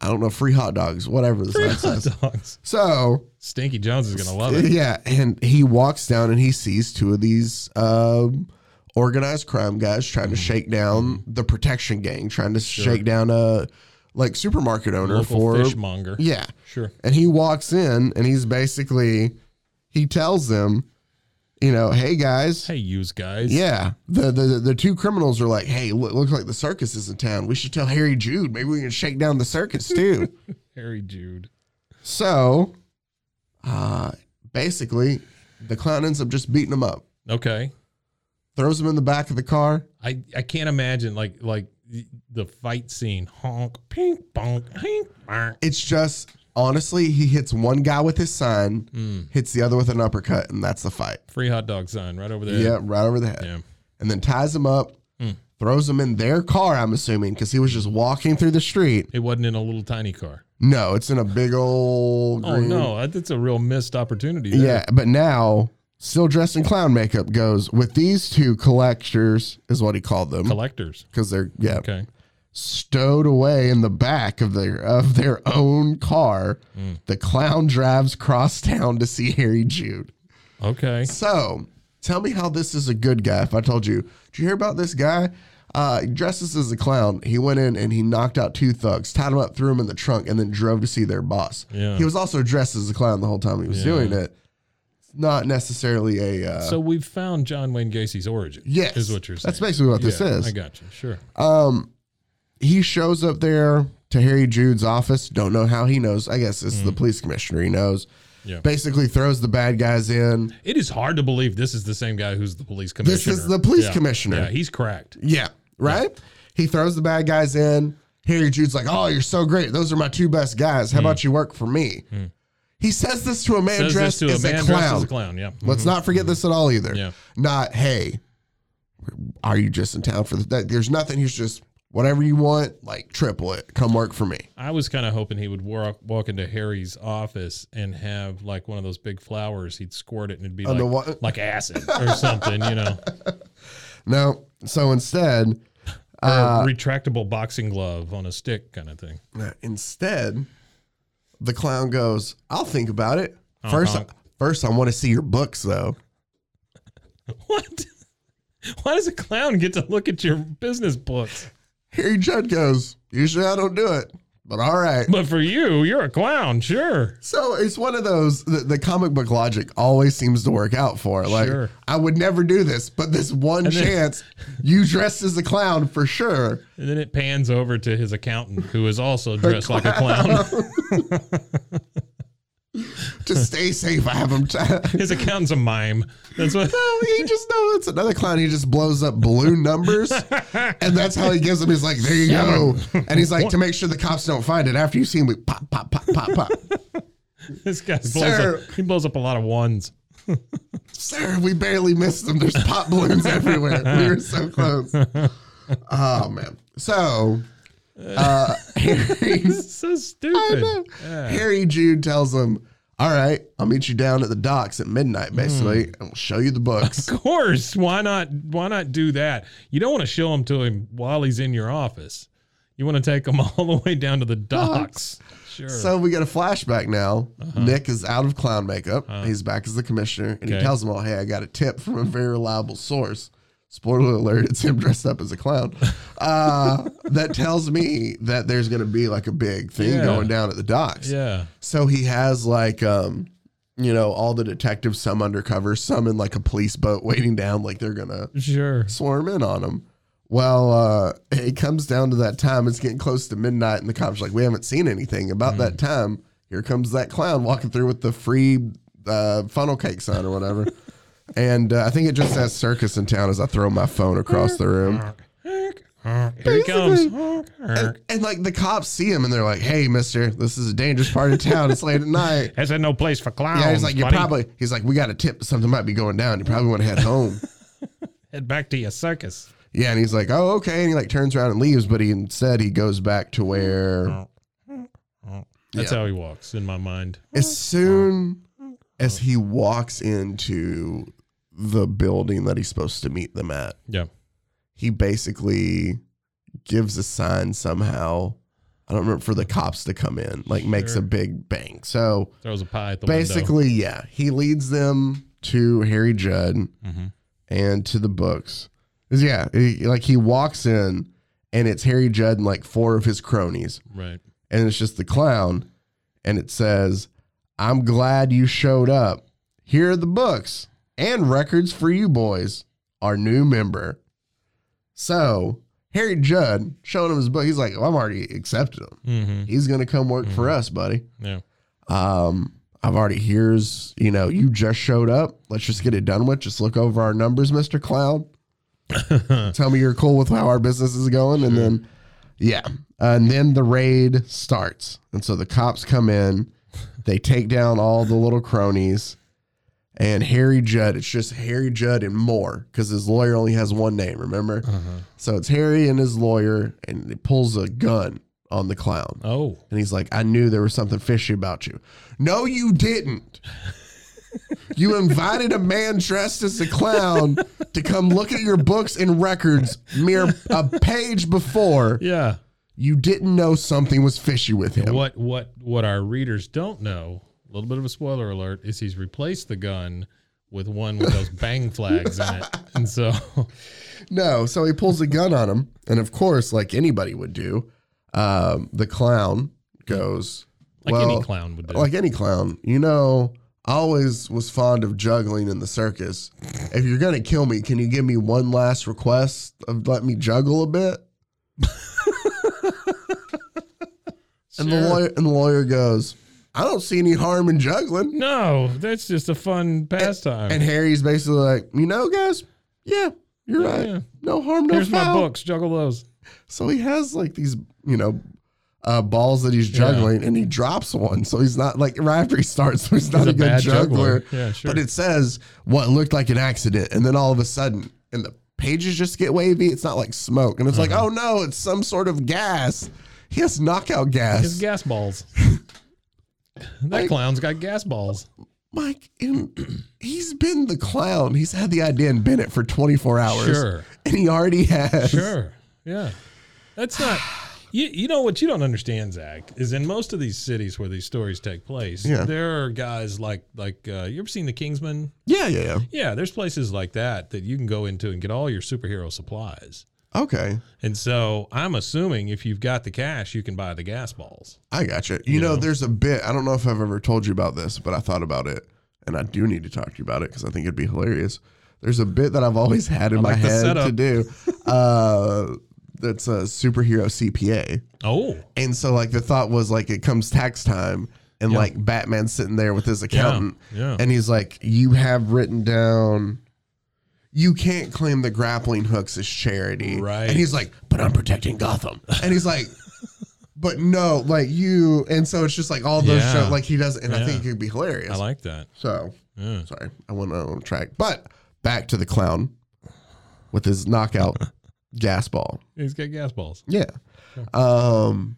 [SPEAKER 2] I don't know, free hot dogs, whatever the sign
[SPEAKER 3] Hot
[SPEAKER 2] says.
[SPEAKER 3] dogs.
[SPEAKER 2] So,
[SPEAKER 3] Stinky Jones is gonna love it.
[SPEAKER 2] yeah. And he walks down and he sees two of these um, organized crime guys trying to
[SPEAKER 3] Mm-hmm.
[SPEAKER 2] shake down the protection gang, trying to shake down a like supermarket owner
[SPEAKER 3] Local
[SPEAKER 2] for.
[SPEAKER 3] fishmonger.
[SPEAKER 2] Yeah.
[SPEAKER 3] Sure.
[SPEAKER 2] And he walks in and he's basically, he tells them, you know, hey guys,
[SPEAKER 3] Hey, use guys.
[SPEAKER 2] yeah, the, the the two criminals are like, "Hey, look, look like the circus is in town. We should tell Harry Jude. Maybe we can shake down the circus too."
[SPEAKER 3] Harry Jude.
[SPEAKER 2] so, uh, basically, the clown ends up just beating him up,
[SPEAKER 3] Okay.
[SPEAKER 2] throws him in the back of the car.
[SPEAKER 3] I I can't imagine like like the fight scene. Honk, pink, bonk, hink, bonk.
[SPEAKER 2] It's just honestly, he hits one guy with his sign,
[SPEAKER 3] Hmm.
[SPEAKER 2] hits the other with an uppercut, and that's the fight.
[SPEAKER 3] Free hot dog sign right over there.
[SPEAKER 2] Yeah, right over the head,
[SPEAKER 3] Yeah. Hmm.
[SPEAKER 2] and then ties him up. Throws him in their car, I'm assuming, because he was just walking through the street.
[SPEAKER 3] It wasn't in a little tiny car.
[SPEAKER 2] No, it's in a big old
[SPEAKER 3] Oh
[SPEAKER 2] green
[SPEAKER 3] no, that- that's a real missed opportunity. there.
[SPEAKER 2] Yeah, but now still dressed in clown makeup goes with these two collectors is what he called them
[SPEAKER 3] Collectors.
[SPEAKER 2] because they're yeah
[SPEAKER 3] Okay.
[SPEAKER 2] stowed away in the back of their of their own car. The clown drives cross town to see Harry Jude.
[SPEAKER 3] Okay.
[SPEAKER 2] So tell me how this is a good guy. If I told you, did you hear about this guy? Uh, he dresses as a clown. He went in and he knocked out two thugs, tied them up, threw them in the trunk, and then drove to see their boss.
[SPEAKER 3] Yeah.
[SPEAKER 2] He was also dressed as a clown the whole time he was doing it. It's not necessarily a. Uh,
[SPEAKER 3] So we've found John Wayne Gacy's origin.
[SPEAKER 2] Yes.
[SPEAKER 3] Is what you're saying.
[SPEAKER 2] That's basically what this
[SPEAKER 3] Yeah,
[SPEAKER 2] is. Uh,
[SPEAKER 3] I got you. Sure.
[SPEAKER 2] he shows up there to Harry Jude's office. Don't know how he knows. I guess it's the police commissioner. He knows.
[SPEAKER 3] Mm. Yeah.
[SPEAKER 2] Basically throws the bad guys in.
[SPEAKER 3] It is hard to believe this is the same guy who's the police commissioner.
[SPEAKER 2] This is the police
[SPEAKER 3] Yeah.
[SPEAKER 2] commissioner.
[SPEAKER 3] Yeah, he's cracked.
[SPEAKER 2] Yeah. Right? He throws the bad guys in. Harry Jude's like, Oh, you're so great. Those are my two best guys. How about you work for me? He says this to a man
[SPEAKER 3] Hmm. Says this
[SPEAKER 2] dressed
[SPEAKER 3] to a
[SPEAKER 2] as a
[SPEAKER 3] man dressed
[SPEAKER 2] clown.
[SPEAKER 3] as a clown. Yeah. Mm-hmm.
[SPEAKER 2] Let's not forget this at all either.
[SPEAKER 3] Yeah.
[SPEAKER 2] Not, hey, are you just in town for the that- There's nothing. He's just whatever you want, like triple it. Come work for me.
[SPEAKER 3] I was kind of hoping he would walk walk into Harry's office and have like one of those big flowers. He'd squirt it and it'd be
[SPEAKER 2] Under
[SPEAKER 3] like,
[SPEAKER 2] what?
[SPEAKER 3] like acid or something, you know,
[SPEAKER 2] No. So instead,
[SPEAKER 3] or
[SPEAKER 2] Uh,
[SPEAKER 3] a retractable boxing glove on a stick kind of thing.
[SPEAKER 2] instead, the clown goes, I'll think about it.
[SPEAKER 3] Honk,
[SPEAKER 2] First,
[SPEAKER 3] honk.
[SPEAKER 2] first I want to see your books though.
[SPEAKER 3] What? Why does a clown get to look at your business books?
[SPEAKER 2] Harry Judd goes, Usually I don't do it, but all right.
[SPEAKER 3] But for you, you're a clown, sure.
[SPEAKER 2] So it's one of those the, the comic book logic always seems to work out for. Like
[SPEAKER 3] Sure.
[SPEAKER 2] I would never do this, but this one
[SPEAKER 3] then-
[SPEAKER 2] chance, you dressed as a clown for sure.
[SPEAKER 3] And then it pans over to his accountant, who is also dressed like a clown.
[SPEAKER 2] To stay safe, I have him. T-
[SPEAKER 3] His accountant's a mime. That's what.
[SPEAKER 2] he just knows it's another clown. He just blows up balloon numbers, and that's how he gives them. He's like, "There you go," and he's like, to make sure the cops don't find it. After you see him, we pop, pop, pop, pop, pop.
[SPEAKER 3] This guy blows
[SPEAKER 2] Sir.
[SPEAKER 3] up. He blows up a lot of ones.
[SPEAKER 2] Sir, we barely missed them. There's pop balloons everywhere. We were so close. Oh man. So uh Harry's
[SPEAKER 3] So stupid.
[SPEAKER 2] Harry Jude tells him, all right, I'll meet you down at the docks at midnight, basically, and we'll show you the books.
[SPEAKER 3] Hmm. Of course, why not? Why not do that? You don't want to show him to him while he's in your office. You want to take him all the way down to the docks. Sure.
[SPEAKER 2] So we get a flashback now.
[SPEAKER 3] Uh-huh.
[SPEAKER 2] Nick is out of clown makeup. He's back as the commissioner, and he
[SPEAKER 3] Okay.
[SPEAKER 2] tells them all, "Hey, I got a tip from a very reliable source." Spoiler alert: It's him dressed up as a clown. Uh, that tells me that there's going to be like a big thing
[SPEAKER 3] Yeah.
[SPEAKER 2] going down at the docks.
[SPEAKER 3] yeah.
[SPEAKER 2] So he has like um you know all the detectives some undercover some in like a police boat waiting down like they're gonna
[SPEAKER 3] Sure.
[SPEAKER 2] swarm in on him. Well, uh, it comes down to that time. It's getting close to midnight, and the cops are like, "We haven't seen anything." About that time, here comes that clown walking through with the free uh, funnel cake sign or whatever. and uh, I think it just says "circus in town" as I throw my phone across the room.
[SPEAKER 3] Here he comes.
[SPEAKER 2] And, and like the cops see him, and they're like, "Hey, Mister, this is a dangerous part of town. It's late at night."
[SPEAKER 3] That's no place for clowns.
[SPEAKER 2] Yeah, he's like, you
[SPEAKER 3] buddy.
[SPEAKER 2] probably. He's like, we got a tip. Something might be going down. You probably want to head home.
[SPEAKER 3] head back to your circus.
[SPEAKER 2] yeah, and he's like, oh, okay. And he like turns around and leaves, but he instead he goes back to
[SPEAKER 3] Oh.
[SPEAKER 2] where
[SPEAKER 3] That's
[SPEAKER 2] Yeah.
[SPEAKER 3] how he walks in my mind.
[SPEAKER 2] as soon as he walks into the building that he's supposed to meet them at,
[SPEAKER 3] Yeah.
[SPEAKER 2] he basically gives a sign somehow. I don't remember for the cops to come in. Like makes a
[SPEAKER 3] Sure.
[SPEAKER 2] big bang. So
[SPEAKER 3] Throws a pie at the
[SPEAKER 2] basically, yeah, he leads them to Harry Judd.
[SPEAKER 3] window. Mhm.
[SPEAKER 2] and to the books. 'Cause, Yeah, he, like he walks in and it's Harry Judd and like four of his cronies,
[SPEAKER 3] Right.
[SPEAKER 2] and it's just the clown, and it says, "I'm glad you showed up. Here are the books and records for you boys, our new member." So Harry Judd showing him his book. He's like, "Oh, "I'm already accepted him.
[SPEAKER 3] hmm
[SPEAKER 2] He's gonna come work for us, buddy."
[SPEAKER 3] Yeah.
[SPEAKER 2] um, I've already here's you know you just showed up. Let's just get it done with. Just look over our numbers, Mister Clown. Tell me you're cool with how our business is going, and then yeah, and then the raid starts. And so the cops come in, they take down all the little cronies, and Harry Judd. It's just Harry Judd and more because his lawyer only has one name. Remember, so it's Harry and his lawyer, and he pulls a gun on the clown.
[SPEAKER 3] Oh.
[SPEAKER 2] And he's like, I knew there was something fishy about you. No, you didn't. you invited a man dressed as a clown to come look at your books and records mere a page before.
[SPEAKER 3] Yeah.
[SPEAKER 2] You didn't know something was fishy with him.
[SPEAKER 3] What what what our readers don't know, a little bit of a spoiler alert, is he's replaced the gun with one with those bang flags in it. And so
[SPEAKER 2] No, so he pulls a gun on him. And of course, like anybody would do, um, the clown goes,
[SPEAKER 3] like
[SPEAKER 2] well,
[SPEAKER 3] any clown would do.
[SPEAKER 2] like any clown, you know, I always was fond of juggling in the circus. If you're gonna kill me, can you give me one last request of let me juggle a bit? And the
[SPEAKER 3] Sure.
[SPEAKER 2] lawyer and the lawyer goes, I don't see any harm in juggling.
[SPEAKER 3] No, that's just a fun pastime.
[SPEAKER 2] And Harry's basically like, you know, guys, yeah, you're
[SPEAKER 3] Yeah,
[SPEAKER 2] right.
[SPEAKER 3] yeah.
[SPEAKER 2] No harm, no
[SPEAKER 3] Here's my
[SPEAKER 2] foul.
[SPEAKER 3] books, juggle those.
[SPEAKER 2] So he has like these, you know. Uh, balls that he's
[SPEAKER 3] Yeah.
[SPEAKER 2] juggling and he drops one, so he's not like right after he starts, so he's not
[SPEAKER 3] He's
[SPEAKER 2] a,
[SPEAKER 3] a
[SPEAKER 2] good
[SPEAKER 3] bad juggler.
[SPEAKER 2] juggler.
[SPEAKER 3] Yeah, sure.
[SPEAKER 2] But it says what looked like an accident, and then all of a sudden, and the pages just get wavy. It's not like smoke, and it's
[SPEAKER 3] Uh-huh.
[SPEAKER 2] like, oh no, it's some sort of gas. He has knockout
[SPEAKER 3] His
[SPEAKER 2] gas.
[SPEAKER 3] gas balls. that
[SPEAKER 2] Like-
[SPEAKER 3] clown's got gas balls.
[SPEAKER 2] Mike, and he's been the clown. He's had the idea in Bennett for 24 hours,
[SPEAKER 3] Sure.
[SPEAKER 2] and he already has.
[SPEAKER 3] Sure. Yeah. That's not. You, you know what you don't understand, Zach, is in most of these cities where these stories take place,
[SPEAKER 2] Yeah.
[SPEAKER 3] there are guys like like uh, you ever seen the Kingsman?
[SPEAKER 2] Yeah, yeah,
[SPEAKER 3] Yeah, there's places like that that you can go into and get all your superhero supplies.
[SPEAKER 2] yeah. Okay.
[SPEAKER 3] And so I'm assuming if you've got the cash, you can buy the gas balls.
[SPEAKER 2] I gotcha. You, know, there's a bit, I don't know if I've ever told you about this, but I thought about it and I do need to talk to you about it because I think it'd be hilarious. There's a bit that I've always had in my
[SPEAKER 3] like the
[SPEAKER 2] head to
[SPEAKER 3] setup.
[SPEAKER 2] do uh, that's a superhero CPA.
[SPEAKER 3] Oh,
[SPEAKER 2] And so, like, the thought was, like, it comes tax time and, like, Batman's sitting there with his accountant
[SPEAKER 3] yeah.
[SPEAKER 2] and he's like, You have written down. You can't claim the grappling hooks as charity.
[SPEAKER 3] Right.
[SPEAKER 2] And he's like, but I'm protecting Gotham. And he's like, but no, like you. And so it's just like all those
[SPEAKER 3] Yeah.
[SPEAKER 2] shows, like he doesn't. And I
[SPEAKER 3] Yeah.
[SPEAKER 2] think it could be hilarious.
[SPEAKER 3] I like that.
[SPEAKER 2] so
[SPEAKER 3] Yeah.
[SPEAKER 2] sorry, I went on track. But back to the clown with his knockout gas ball.
[SPEAKER 3] He's got gas balls.
[SPEAKER 2] Yeah. Um,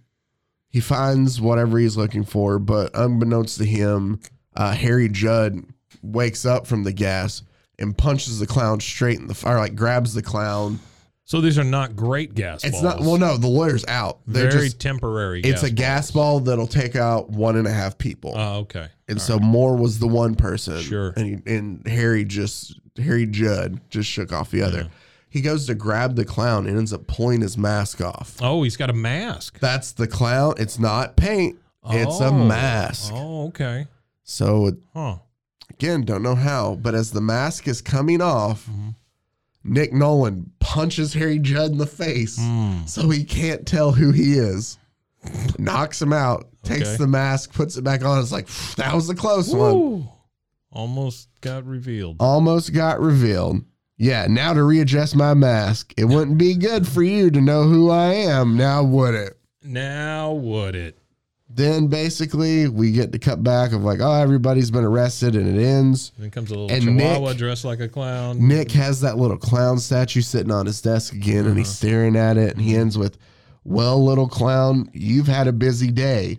[SPEAKER 2] he finds whatever he's looking for, but unbeknownst to him, uh, Harry Judd wakes up from the gas and punches the clown straight in the fire, like grabs the clown.
[SPEAKER 3] So these are not great gas
[SPEAKER 2] It's
[SPEAKER 3] balls.
[SPEAKER 2] not well, no, the lawyer's out. They're
[SPEAKER 3] very
[SPEAKER 2] just
[SPEAKER 3] temporary.
[SPEAKER 2] it's
[SPEAKER 3] gas
[SPEAKER 2] a gas ball that'll take out one and a half people.
[SPEAKER 3] balls. Oh, okay.
[SPEAKER 2] and so Moore was the one person.
[SPEAKER 3] Sure.
[SPEAKER 2] And, and Harry just Harry Judd just shook off the other. He goes to grab the clown and ends up pulling his mask off.
[SPEAKER 3] Oh, he's got a mask.
[SPEAKER 2] That's the clown. It's not paint. It's a
[SPEAKER 3] Oh.
[SPEAKER 2] mask.
[SPEAKER 3] Oh, okay.
[SPEAKER 2] So it-
[SPEAKER 3] Huh.
[SPEAKER 2] again, don't know how, but as the mask is coming off,
[SPEAKER 3] Mm-hmm.
[SPEAKER 2] Nick Nolan punches Harry Judd in the face
[SPEAKER 3] Mm.
[SPEAKER 2] so he can't tell who he is. Knocks him out, takes
[SPEAKER 3] Okay.
[SPEAKER 2] the mask, puts it back on. It's like, "Phew, that was a close one. Uh,
[SPEAKER 3] Woo. Almost got revealed.
[SPEAKER 2] Almost got revealed. Yeah, now to readjust my mask. It wouldn't be good for you to know who I am, now would it?
[SPEAKER 3] Now would it?
[SPEAKER 2] Then basically we get to cut back of like, oh, everybody's been arrested and it ends.
[SPEAKER 3] Then comes a little
[SPEAKER 2] And
[SPEAKER 3] chihuahua
[SPEAKER 2] Nick-
[SPEAKER 3] dressed like a clown.
[SPEAKER 2] Nick has that little clown statue sitting on his desk again and
[SPEAKER 3] Uh-huh.
[SPEAKER 2] he's staring at it and he ends with, Well, little clown, you've had a busy day.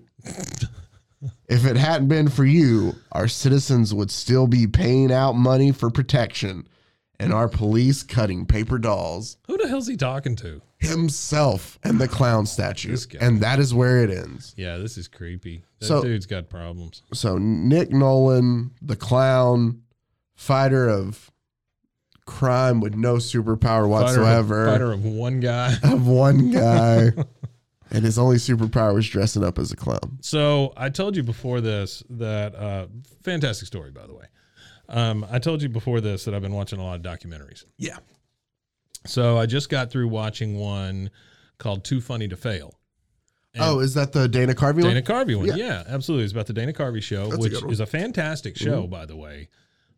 [SPEAKER 2] if it hadn't been for you, our citizens would still be paying out money for protection and our police cutting paper dolls
[SPEAKER 3] Who the hell's he talking to?
[SPEAKER 2] himself and the clown statue.
[SPEAKER 3] This guy.
[SPEAKER 2] And that is where it ends.
[SPEAKER 3] Yeah, this is creepy. That
[SPEAKER 2] So-
[SPEAKER 3] dude's got problems.
[SPEAKER 2] so Nick Nolan, the clown, fighter of crime with no superpower
[SPEAKER 3] Fighter of-
[SPEAKER 2] whatsoever,
[SPEAKER 3] Fighter of one guy.
[SPEAKER 2] of one guy, and his only superpower is dressing up as a clown.
[SPEAKER 3] So I told you before this that uh, fantastic story, by the way. Um, I told you before this that I've been watching a lot of documentaries.
[SPEAKER 2] Yeah.
[SPEAKER 3] So I just got through watching one called "Too Funny to Fail." And
[SPEAKER 2] oh, is that the Dana Carvey
[SPEAKER 3] Dana
[SPEAKER 2] one?
[SPEAKER 3] Carvey one.
[SPEAKER 2] Yeah.
[SPEAKER 3] Yeah. absolutely. It's about the Dana Carvey show,
[SPEAKER 2] That's a
[SPEAKER 3] which
[SPEAKER 2] good one. Mm-hmm.
[SPEAKER 3] is a fantastic show, by the way.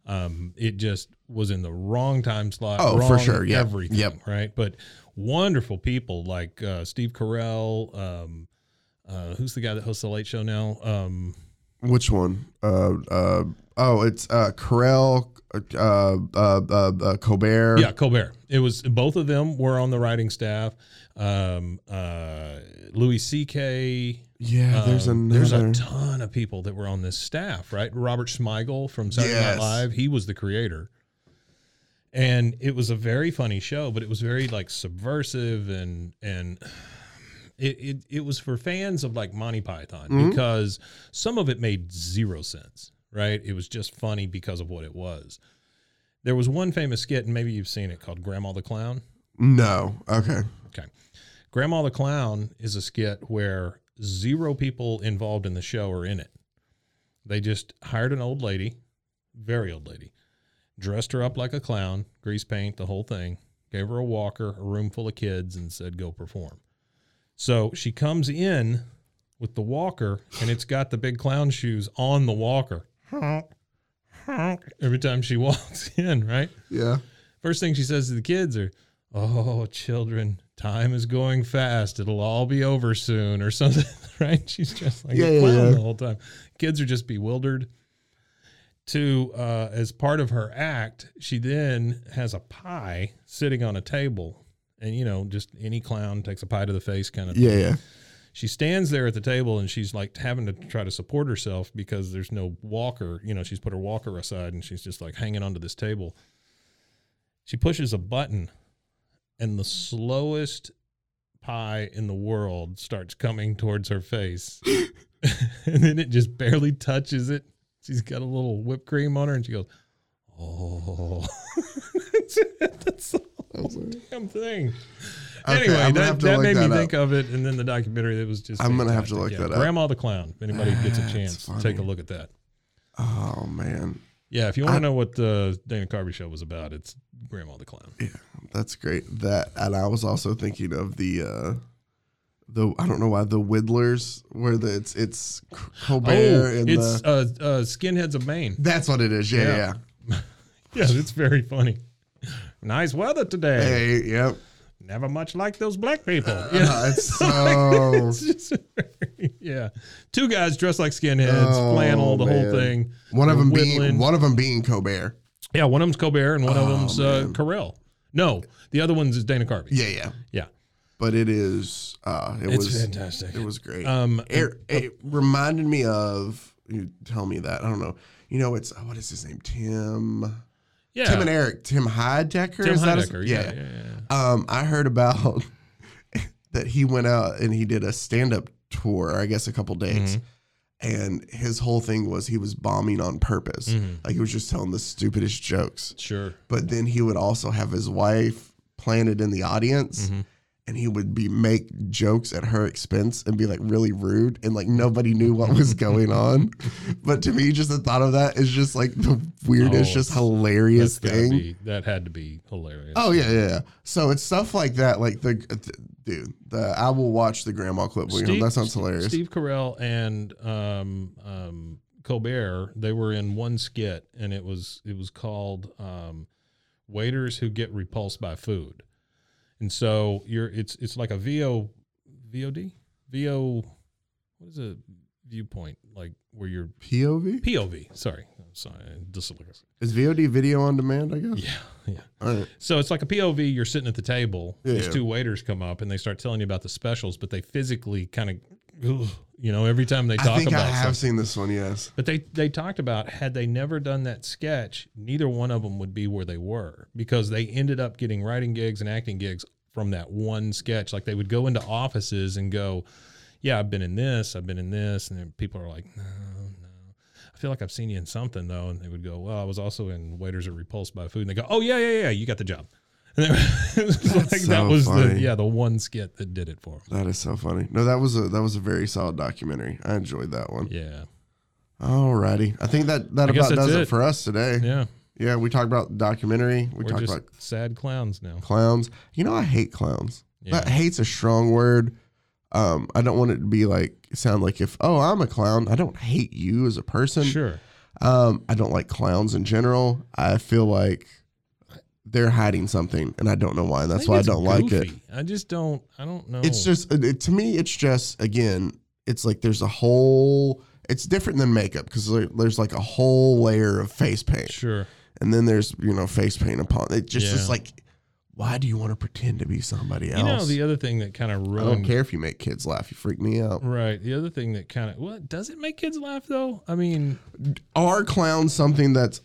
[SPEAKER 3] Um, it just was in the wrong time slot.
[SPEAKER 2] Oh, for
[SPEAKER 3] wrong
[SPEAKER 2] sure. Yep.
[SPEAKER 3] Everything.
[SPEAKER 2] Yep.
[SPEAKER 3] Right. But wonderful people like uh, Steve Carell. Um, uh, who's the guy that hosts the Late Show now? Um,
[SPEAKER 2] Which one? Uh, uh, oh, it's uh, Carell, uh, uh, uh, uh, Colbert.
[SPEAKER 3] Yeah, Colbert. It was both of them were on the writing staff. Um, uh, Louis C.K.
[SPEAKER 2] Yeah, there's
[SPEAKER 3] Um,
[SPEAKER 2] another.
[SPEAKER 3] there's a ton of people that were on this staff, right? Robert Smigel from Saturday
[SPEAKER 2] Yes.
[SPEAKER 3] Night Live, he was the creator. And it was a very funny show, but it was very like subversive and and it it, it was for fans of like Monty Python
[SPEAKER 2] Mm-hmm.
[SPEAKER 3] because some of it made zero sense, right? It was just funny because of what it was. There was one famous skit, and maybe you've seen it, called Grandma the Clown.
[SPEAKER 2] no. Okay.
[SPEAKER 3] Okay. Grandma the Clown is a skit where zero people involved in the show are in it. They just hired an old lady, very old lady, dressed her up like a clown, grease paint, the whole thing, gave her a walker, a room full of kids, and said, go perform. So she comes in with the walker, and it's got the big clown shoes on the walker. Every time she walks in, right?
[SPEAKER 2] Yeah.
[SPEAKER 3] First thing she says to the kids are, "Oh, children, time is going fast. It'll all be over soon," or something. Right? She's just like
[SPEAKER 2] Yeah,
[SPEAKER 3] a
[SPEAKER 2] yeah,
[SPEAKER 3] clown
[SPEAKER 2] yeah.
[SPEAKER 3] the whole time. Kids are just bewildered. To uh, as part of her act, she then has a pie sitting on a table, and you know, just any clown takes a pie to the face kind of.
[SPEAKER 2] Yeah. Yeah.
[SPEAKER 3] She stands there at the table and she's like having to try to support herself because there's no walker. You know, she's put her walker aside and she's just like hanging onto this table. She pushes a button, and the slowest pie in the world starts coming towards her face. and then it just barely touches it. She's got a little whipped cream on her, and she goes, Oh. That's it. That's the whole damn thing.
[SPEAKER 2] Okay,
[SPEAKER 3] anyway,
[SPEAKER 2] I'm gonna have
[SPEAKER 3] that,
[SPEAKER 2] to
[SPEAKER 3] that
[SPEAKER 2] look
[SPEAKER 3] made
[SPEAKER 2] that
[SPEAKER 3] me
[SPEAKER 2] up.
[SPEAKER 3] think of it. And then the documentary that was just.
[SPEAKER 2] I'm gonna have to look
[SPEAKER 3] fantastic.
[SPEAKER 2] that up.
[SPEAKER 3] Grandma the Clown. If anybody gets a
[SPEAKER 2] That's
[SPEAKER 3] chance,
[SPEAKER 2] funny.
[SPEAKER 3] take a look at that.
[SPEAKER 2] Oh man,
[SPEAKER 3] Yeah, if you want
[SPEAKER 2] I-
[SPEAKER 3] to know what the Dana Carvey show was about, it's Grandma the Clown.
[SPEAKER 2] that's great. That and I was also thinking of the. uh the, I don't know why the Whittlers where the it's it's Colbert
[SPEAKER 3] Oh,
[SPEAKER 2] and the
[SPEAKER 3] it's uh, uh, Skinheads of Maine.
[SPEAKER 2] That's what it is. Yeah, yeah.
[SPEAKER 3] Yeah. Yeah, it's very funny. Nice weather today.
[SPEAKER 2] Hey, yep.
[SPEAKER 3] Never much like those black people. yeah,
[SPEAKER 2] Uh, it's so
[SPEAKER 3] it's just very- yeah. Two guys dressed like skinheads,
[SPEAKER 2] Oh,
[SPEAKER 3] flannel, the
[SPEAKER 2] man.
[SPEAKER 3] whole thing.
[SPEAKER 2] one of them being
[SPEAKER 3] Whittling.
[SPEAKER 2] one of them being Colbert.
[SPEAKER 3] Yeah, one of them's Colbert and one of
[SPEAKER 2] Oh,
[SPEAKER 3] them's uh, Carell. No, the other one's is Dana Carvey.
[SPEAKER 2] Yeah, yeah.
[SPEAKER 3] yeah.
[SPEAKER 2] But it is. Uh, it
[SPEAKER 3] It's
[SPEAKER 2] was
[SPEAKER 3] fantastic.
[SPEAKER 2] It was great.
[SPEAKER 3] Um,
[SPEAKER 2] it, it reminded me of who tell me that. I don't know. You know, it's oh, what is his name? Tim.
[SPEAKER 3] Yeah.
[SPEAKER 2] Tim and Eric. Tim Heidecker.
[SPEAKER 3] Tim
[SPEAKER 2] is that his-
[SPEAKER 3] Heidecker. Yeah, yeah, yeah.
[SPEAKER 2] Um, I heard about that he went out and he did a stand up tour, I guess a couple dates.
[SPEAKER 3] Mm-hmm.
[SPEAKER 2] And his whole thing was he was bombing on purpose.
[SPEAKER 3] Mm-hmm.
[SPEAKER 2] Like he was just telling the stupidest jokes.
[SPEAKER 3] Sure.
[SPEAKER 2] But then he would also have his wife planted in the audience
[SPEAKER 3] Mm-hmm.
[SPEAKER 2] and he would be make jokes at her expense and be like really rude and like nobody knew what was going on. But to me, just the thought of that is just like the weirdest,
[SPEAKER 3] Oh,
[SPEAKER 2] just
[SPEAKER 3] it's-
[SPEAKER 2] hilarious
[SPEAKER 3] That's gotta
[SPEAKER 2] thing.
[SPEAKER 3] be- that had to be hilarious.
[SPEAKER 2] Oh yeah, yeah. yeah. So it's stuff like that. Like the, uh, th- dude, the I will watch the grandma clip. when we get home. that sounds hilarious.
[SPEAKER 3] Steve Carell and um, um, Colbert, they were in one skit, and it was it was called um, "Waiters Who Get Repulsed by Food," and so you're it's it's like a VO VOD VO what is a viewpoint like where you're
[SPEAKER 2] POV
[SPEAKER 3] POV. Sorry, I'm sorry, dyslexia.
[SPEAKER 2] is VOD video on demand. I guess.
[SPEAKER 3] Yeah, yeah.
[SPEAKER 2] All right.
[SPEAKER 3] So it's like a POV. You're sitting at the table.
[SPEAKER 2] Yeah,
[SPEAKER 3] these
[SPEAKER 2] yeah.
[SPEAKER 3] two waiters come up and they start telling you about the specials, but they physically kind of, you know, every time they talk
[SPEAKER 2] I think I
[SPEAKER 3] about.
[SPEAKER 2] have
[SPEAKER 3] something.
[SPEAKER 2] seen this one. Yes.
[SPEAKER 3] But they they talked about had they never done that sketch, neither one of them would be where they were because they ended up getting writing gigs and acting gigs from that one sketch. Like they would go into offices and go, "Yeah, I've been in this, I've been in this," and then people are like, "No, no." I feel like I've seen you in something though, and they would go, "Well, I was also in Waiters Are Repulsed by Food," and they go, "Oh yeah, yeah, yeah, you got the job." And it was like that
[SPEAKER 2] so
[SPEAKER 3] was the
[SPEAKER 2] funny.
[SPEAKER 3] yeah the one skit that did it for 'em.
[SPEAKER 2] That is so funny. No, that was a that was a very solid documentary. I enjoyed that one.
[SPEAKER 3] Yeah,
[SPEAKER 2] Alrighty, I think that that
[SPEAKER 3] I guess
[SPEAKER 2] about does
[SPEAKER 3] that's
[SPEAKER 2] it.
[SPEAKER 3] it.
[SPEAKER 2] for us today. Yeah.
[SPEAKER 3] yeah,
[SPEAKER 2] we talked about documentary. We
[SPEAKER 3] we're
[SPEAKER 2] talked
[SPEAKER 3] just
[SPEAKER 2] about
[SPEAKER 3] sad clowns now.
[SPEAKER 2] clowns. You know, I hate clowns.
[SPEAKER 3] Yeah.
[SPEAKER 2] That hate's a strong word. Um, I don't want it to be like sound like if oh I'm a clown. I don't hate you as a person.
[SPEAKER 3] Sure.
[SPEAKER 2] Um, I don't like clowns in general. I feel like they're hiding something, and I don't know why. And that's
[SPEAKER 3] think
[SPEAKER 2] why I
[SPEAKER 3] it's
[SPEAKER 2] don't like it.
[SPEAKER 3] goofy. Oh. I just don't. I don't know.
[SPEAKER 2] It's just it- it, to me. It's just again. It's like there's a whole. It's different than makeup because there's like a whole layer of face paint,
[SPEAKER 3] sure.
[SPEAKER 2] and then there's you know face paint upon it. Just
[SPEAKER 3] Yeah.
[SPEAKER 2] is like, why do you want to pretend to be somebody else?
[SPEAKER 3] You know, the other thing that kind
[SPEAKER 2] I
[SPEAKER 3] of ruined.
[SPEAKER 2] don't care if you make kids laugh. You freak me out.
[SPEAKER 3] Right. The other thing that kind of well, does it make kids laugh though? I mean,
[SPEAKER 2] Are clowns something that's?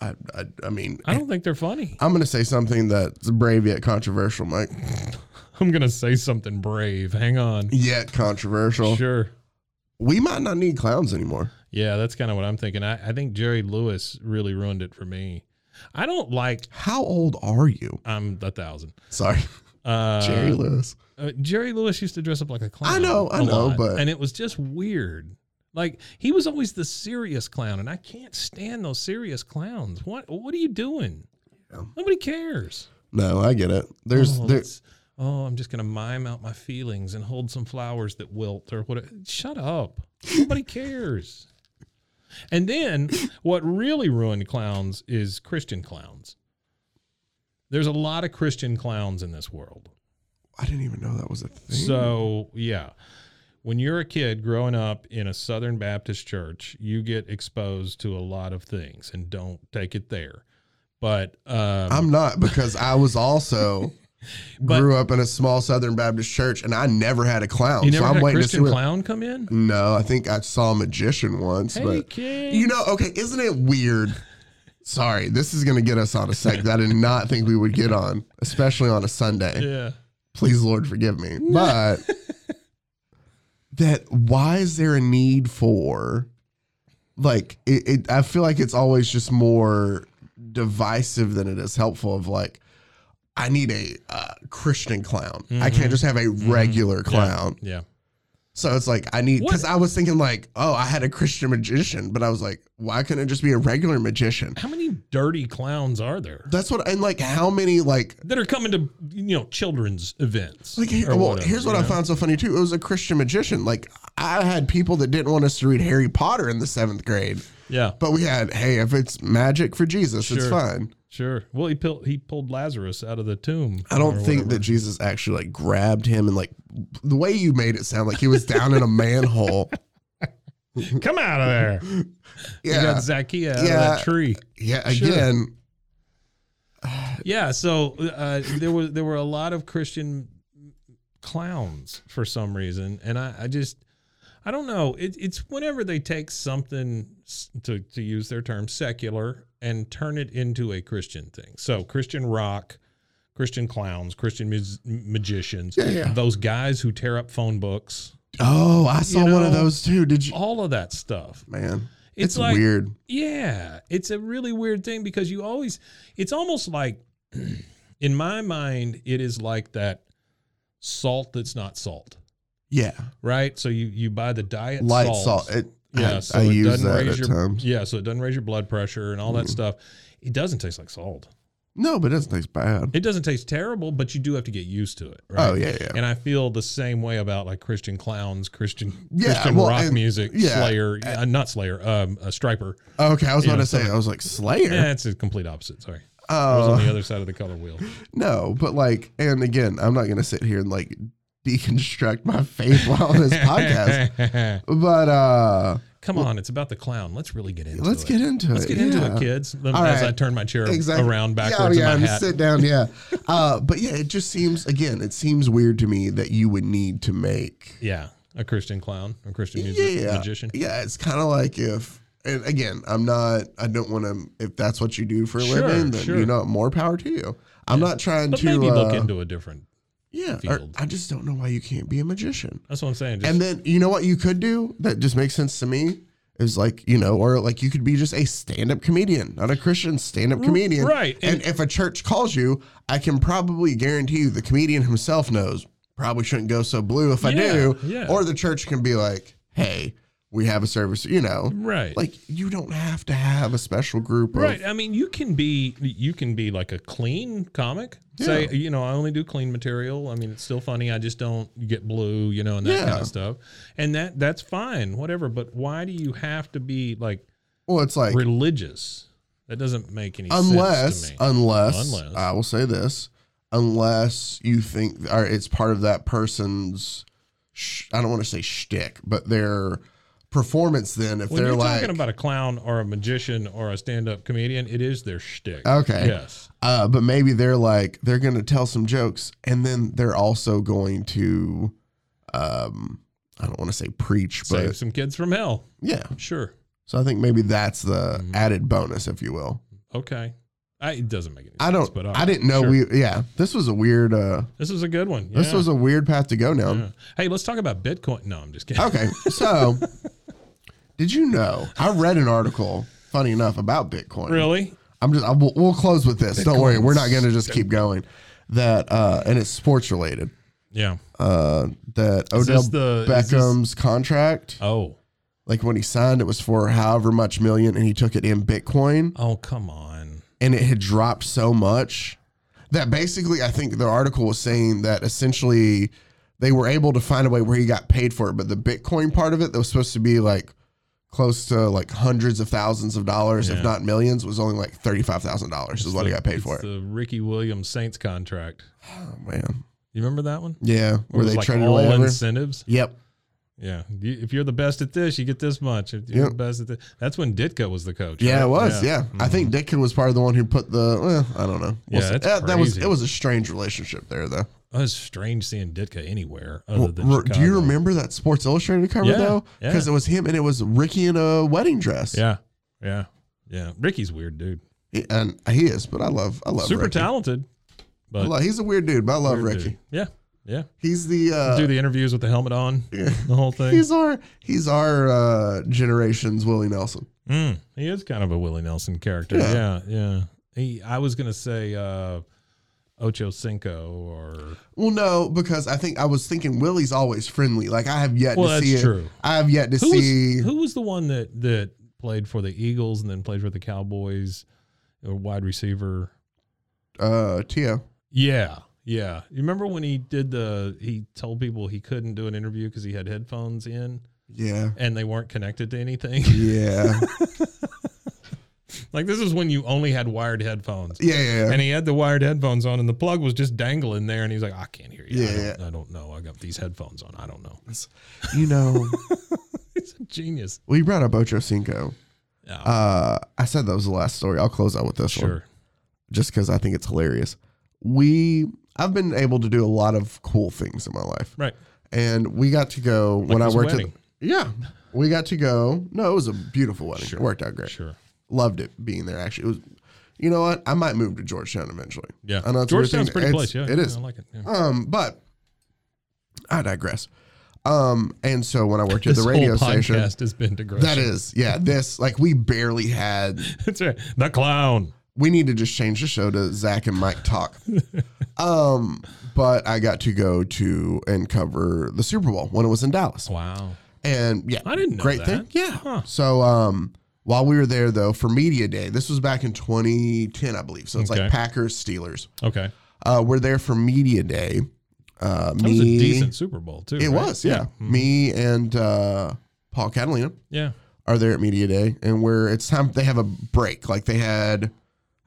[SPEAKER 2] I I, I mean,
[SPEAKER 3] I don't think they're funny.
[SPEAKER 2] I'm gonna say something that's brave yet controversial, Mike.
[SPEAKER 3] I'm gonna say something brave. Hang on.
[SPEAKER 2] Yet controversial.
[SPEAKER 3] Sure.
[SPEAKER 2] We might not need clowns anymore.
[SPEAKER 3] Yeah, that's kind of what I'm thinking. I, I think Jerry Lewis really ruined it for me. I don't like.
[SPEAKER 2] How old are you?
[SPEAKER 3] I'm a thousand.
[SPEAKER 2] Sorry,
[SPEAKER 3] Uh,
[SPEAKER 2] Jerry Lewis.
[SPEAKER 3] Uh, Jerry Lewis used to dress up like a clown.
[SPEAKER 2] I know, I
[SPEAKER 3] a
[SPEAKER 2] know, but-
[SPEAKER 3] and it was just weird. Like he was always the serious clown, and I can't stand those serious clowns. What What are you doing? Nobody cares.
[SPEAKER 2] No, I get it. There's
[SPEAKER 3] oh,
[SPEAKER 2] there,
[SPEAKER 3] let's- oh, I'm just gonna mime out my feelings and hold some flowers that wilt or whatever. Shut up. Nobody cares. And then what really ruined clowns is Christian clowns. There's a lot of Christian clowns in this world.
[SPEAKER 2] I didn't even know that was a thing.
[SPEAKER 3] So yeah, when you're a kid growing up in a Southern Baptist church, you get exposed to a lot of things, and don't take it there. But um,
[SPEAKER 2] I'm not because I was also
[SPEAKER 3] But-
[SPEAKER 2] grew up in a small Southern Baptist church, and I never had a clown.
[SPEAKER 3] you never
[SPEAKER 2] so I'm
[SPEAKER 3] had a
[SPEAKER 2] waiting
[SPEAKER 3] Christian
[SPEAKER 2] to see. what-
[SPEAKER 3] clown come in.
[SPEAKER 2] no, I think I saw a magician once,
[SPEAKER 3] Hey
[SPEAKER 2] but
[SPEAKER 3] kid,
[SPEAKER 2] you know, okay, isn't it weird? Sorry, this is gonna get us on a sec that I did not think we would get on, especially on a Sunday.
[SPEAKER 3] yeah,
[SPEAKER 2] please lord forgive me but that why is there a need for like it, it i feel like it's always just more divisive than it is helpful of like i need a uh, christian clown i can't just have a regular clown
[SPEAKER 3] Mm-hmm. yeah.
[SPEAKER 2] so it's like i need because
[SPEAKER 3] What-
[SPEAKER 2] i was thinking like oh i had a christian magician but i was like why couldn't it just be a regular magician
[SPEAKER 3] How many dirty clowns are there
[SPEAKER 2] that's what and like how many like
[SPEAKER 3] that are coming to you know children's events?
[SPEAKER 2] Like,
[SPEAKER 3] or
[SPEAKER 2] well,
[SPEAKER 3] whatever,
[SPEAKER 2] here's what
[SPEAKER 3] you
[SPEAKER 2] I
[SPEAKER 3] know?
[SPEAKER 2] found so funny too. It was a Christian magician. Like, I had people that didn't want us to read Harry Potter in the seventh grade,
[SPEAKER 3] Yeah,
[SPEAKER 2] but we had, hey, if it's magic for Jesus, it's
[SPEAKER 3] Sure.
[SPEAKER 2] fine.
[SPEAKER 3] sure. Well, he pulled he pulled Lazarus out of the tomb.
[SPEAKER 2] I don't
[SPEAKER 3] or
[SPEAKER 2] think
[SPEAKER 3] whatever.
[SPEAKER 2] that Jesus actually like grabbed him and like the way you made it sound like he was down in a manhole.
[SPEAKER 3] Come out of there. You
[SPEAKER 2] Yeah,
[SPEAKER 3] got Zacchaeus out of
[SPEAKER 2] Yeah.
[SPEAKER 3] that tree.
[SPEAKER 2] yeah.
[SPEAKER 3] Sure.
[SPEAKER 2] Again,
[SPEAKER 3] Yeah, so uh, there was there were a lot of Christian clowns for some reason, and I, I just I don't know. It, it's whenever they take something s- to to use their term secular and turn it into a Christian thing. So Christian rock, Christian clowns, Christian mus- magicians,
[SPEAKER 2] yeah.
[SPEAKER 3] those guys who tear up phone books,
[SPEAKER 2] Oh, I saw one of
[SPEAKER 3] know-
[SPEAKER 2] those too. Did you?
[SPEAKER 3] all of that stuff.
[SPEAKER 2] Man,
[SPEAKER 3] It's
[SPEAKER 2] it's,
[SPEAKER 3] like-
[SPEAKER 2] weird.
[SPEAKER 3] Yeah, it's a really weird thing because you always it's almost like in my mind it is like that salt that's not salt,
[SPEAKER 2] Yeah,
[SPEAKER 3] right? So you you buy the diet
[SPEAKER 2] light
[SPEAKER 3] salts.
[SPEAKER 2] salt. It,
[SPEAKER 3] Yeah,
[SPEAKER 2] I,
[SPEAKER 3] so
[SPEAKER 2] I
[SPEAKER 3] it
[SPEAKER 2] use
[SPEAKER 3] doesn't
[SPEAKER 2] that
[SPEAKER 3] raise
[SPEAKER 2] at
[SPEAKER 3] your
[SPEAKER 2] times. Mm-hmm.
[SPEAKER 3] yeah, so it doesn't raise your blood pressure and all that stuff. It doesn't taste like salt.
[SPEAKER 2] No, but it doesn't taste bad.
[SPEAKER 3] It doesn't taste terrible, but you do have to get used to it. Right?
[SPEAKER 2] Oh yeah, yeah.
[SPEAKER 3] And I feel the same way about like Christian clowns, Christian
[SPEAKER 2] Yeah,
[SPEAKER 3] Christian
[SPEAKER 2] well,
[SPEAKER 3] rock
[SPEAKER 2] and-
[SPEAKER 3] music,
[SPEAKER 2] yeah.
[SPEAKER 3] Slayer, uh, not Slayer, um, uh, Striper.
[SPEAKER 2] Okay, I was
[SPEAKER 3] You
[SPEAKER 2] about
[SPEAKER 3] know,
[SPEAKER 2] to say. I was like Slayer.
[SPEAKER 3] Yeah, it's the complete opposite. Sorry, I was
[SPEAKER 2] Oh,
[SPEAKER 3] on the other side of the color wheel.
[SPEAKER 2] No, but like, and again, I'm not gonna sit here and like deconstruct my faith while on this podcast. But uh
[SPEAKER 3] Come on, it's about the clown. Let's really get into
[SPEAKER 2] let's
[SPEAKER 3] it.
[SPEAKER 2] get into
[SPEAKER 3] Let's
[SPEAKER 2] it.
[SPEAKER 3] get into
[SPEAKER 2] yeah.
[SPEAKER 3] it, kids. Let-
[SPEAKER 2] All
[SPEAKER 3] As I
[SPEAKER 2] right.
[SPEAKER 3] turn my chair around backwards
[SPEAKER 2] Yeah, yeah,
[SPEAKER 3] in
[SPEAKER 2] and
[SPEAKER 3] my hat.
[SPEAKER 2] sit down. Yeah. uh, but yeah, it just seems again, it seems weird to me that you would need to make.
[SPEAKER 3] yeah, a Christian clown, a Christian music,
[SPEAKER 2] Yeah,
[SPEAKER 3] magician.
[SPEAKER 2] yeah. It's kind of like if, and again, I'm not. I don't want to. If that's what you do for a
[SPEAKER 3] Sure,
[SPEAKER 2] living, then
[SPEAKER 3] sure.
[SPEAKER 2] you know, more power to you. I'm not trying
[SPEAKER 3] But
[SPEAKER 2] to
[SPEAKER 3] maybe look
[SPEAKER 2] uh,
[SPEAKER 3] into a different.
[SPEAKER 2] Yeah, or-
[SPEAKER 3] field.
[SPEAKER 2] I just don't know why you can't be a magician.
[SPEAKER 3] That's what I'm saying. Just,
[SPEAKER 2] And then you know what you could do that just makes sense to me is like you know, or like you could be just a stand-up comedian, not a Christian stand-up comedian,
[SPEAKER 3] right,
[SPEAKER 2] And,
[SPEAKER 3] and-
[SPEAKER 2] if a church calls you, I can probably guarantee you the comedian himself knows probably shouldn't go so blue if I
[SPEAKER 3] Yeah,
[SPEAKER 2] do,
[SPEAKER 3] yeah.
[SPEAKER 2] or the church can be like, hey, we have a service, you know,
[SPEAKER 3] right.
[SPEAKER 2] like you don't have to have a special group, of-
[SPEAKER 3] Right. I mean, you can be you can be like a clean comic. Say,
[SPEAKER 2] Yeah.
[SPEAKER 3] you know, I only do clean material. I mean, it's still funny. I just don't get blue, you know, and that kind
[SPEAKER 2] Yeah.
[SPEAKER 3] of stuff. And that that's fine, whatever. But why do you have to be like
[SPEAKER 2] Well, it's like
[SPEAKER 3] religious? That doesn't make any
[SPEAKER 2] unless
[SPEAKER 3] sense to me.
[SPEAKER 2] unless
[SPEAKER 3] Unless.
[SPEAKER 2] I will say this, unless you think or it's part of that person's, sh- I don't want to say shtick, but their performance. Then if
[SPEAKER 3] when
[SPEAKER 2] they're
[SPEAKER 3] you're
[SPEAKER 2] like,
[SPEAKER 3] talking about a clown or a magician or a stand-up comedian, it is their shtick.
[SPEAKER 2] Okay.
[SPEAKER 3] Yes.
[SPEAKER 2] uh, but maybe they're like they're going to tell some jokes, and then they're also going to, um, I don't want to say preach,
[SPEAKER 3] Save
[SPEAKER 2] but
[SPEAKER 3] some kids from hell.
[SPEAKER 2] yeah.
[SPEAKER 3] Sure.
[SPEAKER 2] So I think maybe that's the
[SPEAKER 3] Mm-hmm.
[SPEAKER 2] added bonus, if you will.
[SPEAKER 3] Okay. I, it doesn't make any sense.
[SPEAKER 2] I don't.
[SPEAKER 3] But all
[SPEAKER 2] I
[SPEAKER 3] right.
[SPEAKER 2] didn't know
[SPEAKER 3] Sure.
[SPEAKER 2] we. Yeah, this was a weird. uh
[SPEAKER 3] This was a good one.
[SPEAKER 2] This
[SPEAKER 3] Yeah.
[SPEAKER 2] was a weird path to go down.
[SPEAKER 3] Yeah. Hey, let's talk about Bitcoin. No, I'm just kidding.
[SPEAKER 2] Okay, so did you know? I read an article, funny enough, about Bitcoin.
[SPEAKER 3] Really?
[SPEAKER 2] I'm just. I, we'll, we'll close with this. Don't worry, we're not going to just keep going. That uh, and it's sports related.
[SPEAKER 3] Yeah.
[SPEAKER 2] Uh, that Odell
[SPEAKER 3] this the- is this-
[SPEAKER 2] Beckham's contract,
[SPEAKER 3] Oh.
[SPEAKER 2] like when he signed, it was for however much million, and he took it in Bitcoin,
[SPEAKER 3] Oh, come on.
[SPEAKER 2] and it had dropped so much that basically, I think the article was saying that essentially they were able to find a way where he got paid for it, but the Bitcoin part of it that was supposed to be like close to like hundreds of thousands of dollars,
[SPEAKER 3] Yeah.
[SPEAKER 2] if not millions, was only like thirty five thousand dollars is what he got paid
[SPEAKER 3] It's
[SPEAKER 2] for it.
[SPEAKER 3] The Ricky Williams Saints contract.
[SPEAKER 2] Oh man,
[SPEAKER 3] You remember that one?
[SPEAKER 2] yeah,
[SPEAKER 3] Where
[SPEAKER 2] where
[SPEAKER 3] it was
[SPEAKER 2] they
[SPEAKER 3] like
[SPEAKER 2] traded
[SPEAKER 3] all
[SPEAKER 2] away. over-
[SPEAKER 3] incentives.
[SPEAKER 2] Yep.
[SPEAKER 3] Yeah. You- If you're the best at this, you get this much. If you're
[SPEAKER 2] Yep.
[SPEAKER 3] the best at this. That's when Ditka was the coach.
[SPEAKER 2] Yeah,
[SPEAKER 3] right?
[SPEAKER 2] it was. Yeah, I think Dickon was part of the one who put the. Well, I don't know.
[SPEAKER 3] Mm-hmm. Yeah,
[SPEAKER 2] see.
[SPEAKER 3] that's
[SPEAKER 2] that, that was
[SPEAKER 3] crazy.
[SPEAKER 2] it. Was a strange relationship there, though.
[SPEAKER 3] It was strange seeing Ditka anywhere other
[SPEAKER 2] Well,
[SPEAKER 3] than
[SPEAKER 2] re- do you
[SPEAKER 3] Chicago.
[SPEAKER 2] remember that Sports Illustrated cover
[SPEAKER 3] Yeah,
[SPEAKER 2] though?
[SPEAKER 3] yeah.
[SPEAKER 2] Because it was him and it was Ricky in a wedding dress.
[SPEAKER 3] Yeah. Yeah. Yeah. Ricky's weird, dude.
[SPEAKER 2] He- and he is, but I love I love
[SPEAKER 3] Super
[SPEAKER 2] Ricky.
[SPEAKER 3] talented.
[SPEAKER 2] I
[SPEAKER 3] But
[SPEAKER 2] love- he's a weird dude, but I love
[SPEAKER 3] weird
[SPEAKER 2] Ricky.
[SPEAKER 3] dude. Yeah. Yeah.
[SPEAKER 2] He's the uh,
[SPEAKER 3] Do the interviews with the helmet on. The whole thing.
[SPEAKER 2] he's our he's our uh, generation's Willie Nelson.
[SPEAKER 3] Mm, he is kind of a Willie Nelson character. Yeah, yeah. He, I was gonna say uh, Ocho Cinco or
[SPEAKER 2] Well, no, because I think I was thinking Willie's always friendly. Like I have yet
[SPEAKER 3] Well,
[SPEAKER 2] to
[SPEAKER 3] that's
[SPEAKER 2] see it.
[SPEAKER 3] true.
[SPEAKER 2] I have yet to
[SPEAKER 3] who
[SPEAKER 2] see.
[SPEAKER 3] was who was the one that that played for the Eagles and then played for the Cowboys, a wide receiver.
[SPEAKER 2] uh, Tio.
[SPEAKER 3] Yeah, yeah. You remember when he did the? He told people he couldn't do an interview because he had headphones in
[SPEAKER 2] Yeah.
[SPEAKER 3] and they weren't connected to anything.
[SPEAKER 2] Yeah.
[SPEAKER 3] like this is when you only had wired headphones.
[SPEAKER 2] yeah. Yeah.
[SPEAKER 3] and he had the wired headphones on, and the plug was just dangling there, and he's like, "I can't hear you. I,
[SPEAKER 2] Yeah,
[SPEAKER 3] don't, I don't know. I got these headphones on. I don't know."
[SPEAKER 2] You know,
[SPEAKER 3] He's a genius.
[SPEAKER 2] we brought up Ocho Cinco.
[SPEAKER 3] Yeah,
[SPEAKER 2] Uh, I said that was the last story. I'll close out with this one.
[SPEAKER 3] sure.
[SPEAKER 2] just because I think it's hilarious. We I've been able to do a lot of cool things in my life,
[SPEAKER 3] Right.
[SPEAKER 2] and we got to go when I
[SPEAKER 3] this
[SPEAKER 2] worked
[SPEAKER 3] wedding.
[SPEAKER 2] at Yeah. We got to go. No, it was a beautiful wedding.
[SPEAKER 3] Sure.
[SPEAKER 2] It worked out great.
[SPEAKER 3] Sure.
[SPEAKER 2] Loved it being there, actually. It was, you know what? I might move to Georgetown eventually.
[SPEAKER 3] Yeah.
[SPEAKER 2] I know it's a weird thing.
[SPEAKER 3] Georgetown's a pretty
[SPEAKER 2] It's-
[SPEAKER 3] place. Yeah.
[SPEAKER 2] It is.
[SPEAKER 3] I like it. yeah.
[SPEAKER 2] Um, but I digress. Um, and so when I worked at
[SPEAKER 3] this
[SPEAKER 2] the radio
[SPEAKER 3] whole podcast
[SPEAKER 2] station,
[SPEAKER 3] has been digression.
[SPEAKER 2] that is, yeah, this, like, we barely had
[SPEAKER 3] That's right. The clown.
[SPEAKER 2] we need to just change the show to Zach and Mike talk. um, but I got to go to and cover the Super Bowl when it was in Dallas,
[SPEAKER 3] Wow.
[SPEAKER 2] and yeah,
[SPEAKER 3] I didn't know
[SPEAKER 2] great
[SPEAKER 3] that.
[SPEAKER 2] thing, yeah.
[SPEAKER 3] Huh.
[SPEAKER 2] So um, while we were there though for media day, this was back in 2010, I believe. So it's
[SPEAKER 3] Okay.
[SPEAKER 2] like Packers Steelers.
[SPEAKER 3] Okay.
[SPEAKER 2] Uh, we're there for media day. Uh,
[SPEAKER 3] That was a
[SPEAKER 2] me-
[SPEAKER 3] decent Super Bowl too.
[SPEAKER 2] It
[SPEAKER 3] right? Hmm.
[SPEAKER 2] was, yeah. Me and uh, Paul Catalina
[SPEAKER 3] Yeah.
[SPEAKER 2] are there at media day and where it's time they have a break like they had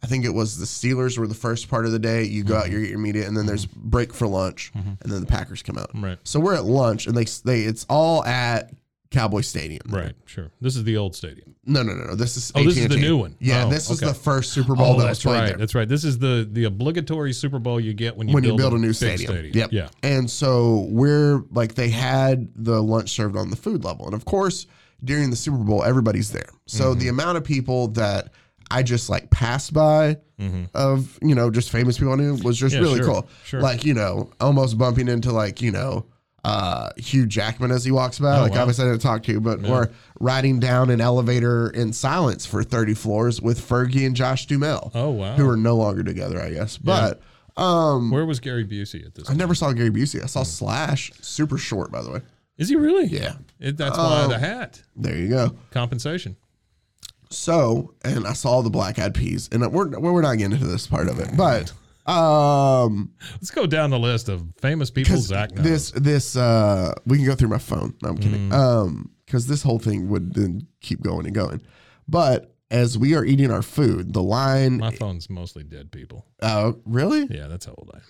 [SPEAKER 2] i think it was the steelers were the first part of the day you go out
[SPEAKER 3] Mm-hmm.
[SPEAKER 2] you get your media and then there's break for lunch and then the packers come out
[SPEAKER 3] Right.
[SPEAKER 2] so we're at lunch and they they it's all at cowboy stadium
[SPEAKER 3] Right. Sure. This is the old stadium.
[SPEAKER 2] no no no no this is
[SPEAKER 3] Oh, this is the
[SPEAKER 2] AT&T.
[SPEAKER 3] new one.
[SPEAKER 2] yeah
[SPEAKER 3] Oh,
[SPEAKER 2] this is
[SPEAKER 3] okay. Oh,
[SPEAKER 2] the first super bowl that was
[SPEAKER 3] that's
[SPEAKER 2] played
[SPEAKER 3] right.
[SPEAKER 2] there
[SPEAKER 3] That's right. This is the the obligatory Super Bowl you get when you
[SPEAKER 2] when
[SPEAKER 3] build
[SPEAKER 2] you build a new
[SPEAKER 3] big
[SPEAKER 2] stadium. Yep.
[SPEAKER 3] Yeah.
[SPEAKER 2] And so we're like they had the lunch served on the food level. And of course, during the Super Bowl, everybody's there. So
[SPEAKER 3] Mm-hmm.
[SPEAKER 2] the amount of people that I just like passed by of, you know, just famous people I knew was just
[SPEAKER 3] Mm-hmm. Yeah,
[SPEAKER 2] really
[SPEAKER 3] sure,
[SPEAKER 2] cool.
[SPEAKER 3] sure.
[SPEAKER 2] Like, you know, almost bumping into like, you know, uh, Hugh Jackman as he walks by,
[SPEAKER 3] Oh,
[SPEAKER 2] like
[SPEAKER 3] wow.
[SPEAKER 2] obviously I didn't talk to, but or riding down an elevator in silence for 30 floors with Fergie and Josh Dumel,
[SPEAKER 3] Oh wow.
[SPEAKER 2] who are no longer together, I guess. But um,
[SPEAKER 3] Where was Gary Busey at this?
[SPEAKER 2] I never saw Gary Busey. I saw Slash. Super short, by the way.
[SPEAKER 3] Is he really?
[SPEAKER 2] Yeah. Um,
[SPEAKER 3] It, that's why the hat
[SPEAKER 2] There you go.
[SPEAKER 3] compensation.
[SPEAKER 2] So, and I saw the Black Eyed Peas, and we're we're not getting into this part of it, but um,
[SPEAKER 3] Let's go down the list of famous people.
[SPEAKER 2] 'cause
[SPEAKER 3] Zach knows.
[SPEAKER 2] this this uh, we can go through my phone. No, I'm kidding.
[SPEAKER 3] Mm.
[SPEAKER 2] Um, because this whole thing would then keep going and going, but as we are eating our food, the line.
[SPEAKER 3] My phone's mostly dead people.
[SPEAKER 2] uh, really?
[SPEAKER 3] Yeah, that's how old I am.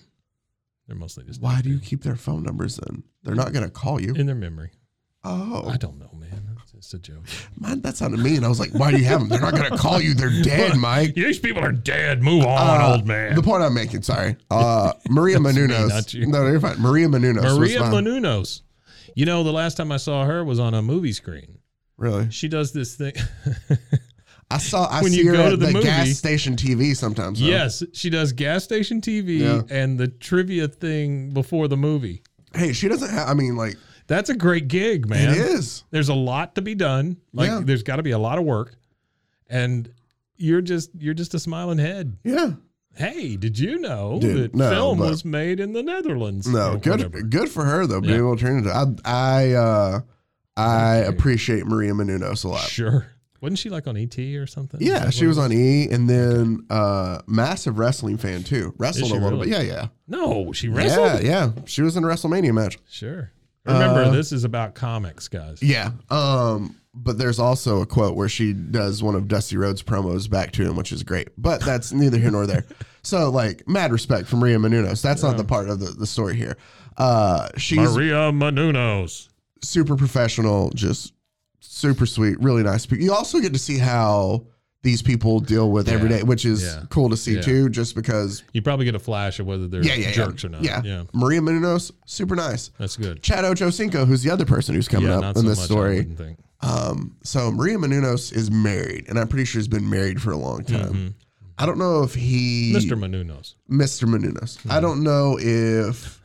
[SPEAKER 3] They're mostly just
[SPEAKER 2] Why
[SPEAKER 3] dead
[SPEAKER 2] do you keep their phone numbers then? They're not gonna call you.
[SPEAKER 3] people. in their memory.
[SPEAKER 2] Oh,
[SPEAKER 3] I don't know, man. It's, it's a joke.
[SPEAKER 2] man, that sounded mean. I was like, why do you have them? They're not gonna call you. They're dead, Mike.
[SPEAKER 3] These people are dead. Move on,
[SPEAKER 2] Uh,
[SPEAKER 3] old man.
[SPEAKER 2] The point I'm making, sorry. Uh, Maria
[SPEAKER 3] That's me,
[SPEAKER 2] Menounos.
[SPEAKER 3] not you.
[SPEAKER 2] No, you're fine. Maria Menounos. was
[SPEAKER 3] Maria
[SPEAKER 2] mine.
[SPEAKER 3] Menounos. You know, the last time I saw her was on a movie screen.
[SPEAKER 2] Really?
[SPEAKER 3] She does this thing.
[SPEAKER 2] Oh. I saw. I
[SPEAKER 3] When
[SPEAKER 2] see
[SPEAKER 3] you
[SPEAKER 2] her
[SPEAKER 3] go
[SPEAKER 2] at
[SPEAKER 3] to
[SPEAKER 2] the,
[SPEAKER 3] the movie-
[SPEAKER 2] gas station TV sometimes. though.
[SPEAKER 3] yes, she does gas station TV
[SPEAKER 2] Yeah.
[SPEAKER 3] and the trivia thing before the movie.
[SPEAKER 2] Hey, she doesn't have. I mean, like
[SPEAKER 3] That's a great gig, man.
[SPEAKER 2] it is.
[SPEAKER 3] There's a lot to be done. Like
[SPEAKER 2] Yeah.
[SPEAKER 3] there's got to be a lot of work, and you're just you're just a smiling head.
[SPEAKER 2] Yeah.
[SPEAKER 3] Hey, did you know
[SPEAKER 2] Dude,
[SPEAKER 3] that
[SPEAKER 2] no,
[SPEAKER 3] film
[SPEAKER 2] but-
[SPEAKER 3] was made in the Netherlands?
[SPEAKER 2] No.
[SPEAKER 3] Or
[SPEAKER 2] Good.
[SPEAKER 3] whatever.
[SPEAKER 2] Good for her though.
[SPEAKER 3] Yeah.
[SPEAKER 2] Being able to turn it. I. I. Uh, I
[SPEAKER 3] Okay.
[SPEAKER 2] appreciate Maria Menounos a lot.
[SPEAKER 3] Sure. Wasn't she like on ET or something? Is
[SPEAKER 2] Yeah,
[SPEAKER 3] that
[SPEAKER 2] she
[SPEAKER 3] what
[SPEAKER 2] was
[SPEAKER 3] it
[SPEAKER 2] on E, and then uh, massive wrestling fan too. Wrestled
[SPEAKER 3] she
[SPEAKER 2] a little
[SPEAKER 3] really?
[SPEAKER 2] bit. Yeah, yeah,
[SPEAKER 3] No, she wrestled.
[SPEAKER 2] yeah, yeah. She was in a WrestleMania match.
[SPEAKER 3] Sure. Remember,
[SPEAKER 2] Uh,
[SPEAKER 3] this is about comics, guys.
[SPEAKER 2] Yeah. Um, but there's also a quote where she does one of Dusty Rhodes' promos back to him, which is great. But that's neither here nor there. So, like, mad respect for Maria Menounos. That's not the part of the, the story here. Uh, she's
[SPEAKER 3] Maria Menounos.
[SPEAKER 2] super professional, just super sweet, really nice. But you also get to see how these people deal with every day, which is
[SPEAKER 3] Yeah.
[SPEAKER 2] cool to see
[SPEAKER 3] Yeah.
[SPEAKER 2] too, just because,
[SPEAKER 3] You probably get a flash of whether they're
[SPEAKER 2] yeah, yeah, yeah.
[SPEAKER 3] jerks or not.
[SPEAKER 2] Yeah. Maria Menounos, super nice.
[SPEAKER 3] That's good.
[SPEAKER 2] Chad Ochocinco, who's the other person who's coming
[SPEAKER 3] yeah,
[SPEAKER 2] up in this
[SPEAKER 3] much, I
[SPEAKER 2] story.
[SPEAKER 3] wouldn't think.
[SPEAKER 2] Um, so Maria Menounos is married, and I'm pretty sure has been married for a long time. I don't know if he
[SPEAKER 3] Mr. Mm-hmm. Menounos. Mm-hmm.
[SPEAKER 2] Mr. Menounos. I don't know if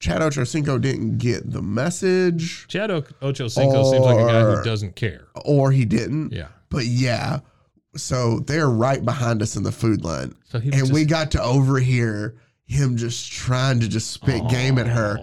[SPEAKER 2] Chad Ochocinco didn't get the message
[SPEAKER 3] Chad o- Ochocinco seems like a guy
[SPEAKER 2] Or-
[SPEAKER 3] who doesn't care.
[SPEAKER 2] or he didn't.
[SPEAKER 3] Yeah.
[SPEAKER 2] But yeah, so they're right behind us in the food line,
[SPEAKER 3] So he
[SPEAKER 2] and
[SPEAKER 3] was
[SPEAKER 2] we
[SPEAKER 3] just-
[SPEAKER 2] got to overhear him just trying to just spit game at her,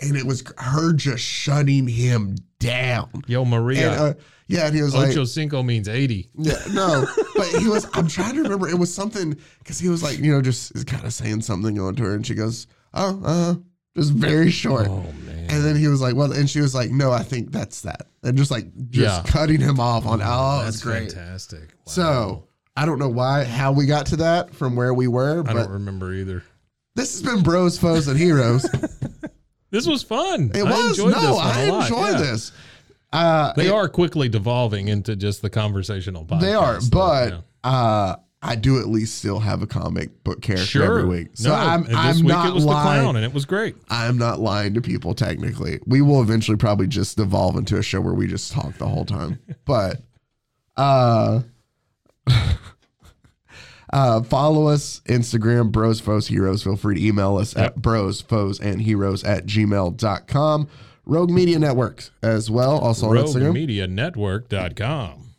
[SPEAKER 2] and it was her just shutting him down.
[SPEAKER 3] Yo, Maria.
[SPEAKER 2] And, uh, yeah, and he was like,
[SPEAKER 3] Ochocinco means 80.
[SPEAKER 2] Yeah, no, but he was. I'm trying to remember. It was something because he was like, you know, just kind of saying something onto her, and she goes, "Oh, uh, just very short."
[SPEAKER 3] Oh, man.
[SPEAKER 2] And then he was like, "Well," and she was like, "No, I think that's that," and just like just
[SPEAKER 3] Yeah.
[SPEAKER 2] cutting him off on. Oh,
[SPEAKER 3] That's
[SPEAKER 2] it's great.
[SPEAKER 3] fantastic. Wow.
[SPEAKER 2] So I don't know why how we got to that from where we were,
[SPEAKER 3] I
[SPEAKER 2] but
[SPEAKER 3] don't remember either.
[SPEAKER 2] this has been Bros, Foes, and Heroes.
[SPEAKER 3] This was fun.
[SPEAKER 2] It
[SPEAKER 3] I
[SPEAKER 2] was
[SPEAKER 3] Enjoyed this
[SPEAKER 2] no,
[SPEAKER 3] one a
[SPEAKER 2] I
[SPEAKER 3] lot,
[SPEAKER 2] enjoyed
[SPEAKER 3] yeah.
[SPEAKER 2] this. Uh,
[SPEAKER 3] They are quickly devolving into just the conversational podcast.
[SPEAKER 2] They are,
[SPEAKER 3] though,
[SPEAKER 2] but
[SPEAKER 3] yeah.
[SPEAKER 2] uh, I do at least still have a comic book character
[SPEAKER 3] Sure.
[SPEAKER 2] every week. So
[SPEAKER 3] No,
[SPEAKER 2] I'm,
[SPEAKER 3] and this
[SPEAKER 2] I'm
[SPEAKER 3] week
[SPEAKER 2] not
[SPEAKER 3] it was the
[SPEAKER 2] lying.
[SPEAKER 3] clown, and it was great.
[SPEAKER 2] I'm not lying to people technically. We will eventually probably just evolve into a show where we just talk the whole time. But uh uh follow us Instagram, bros, foes, heroes. Feel free to email us at bros, foes, and heroes at gmail.com. Rogue Media Networks as well, also on Instagram.
[SPEAKER 3] RogueMediaNetwork.com.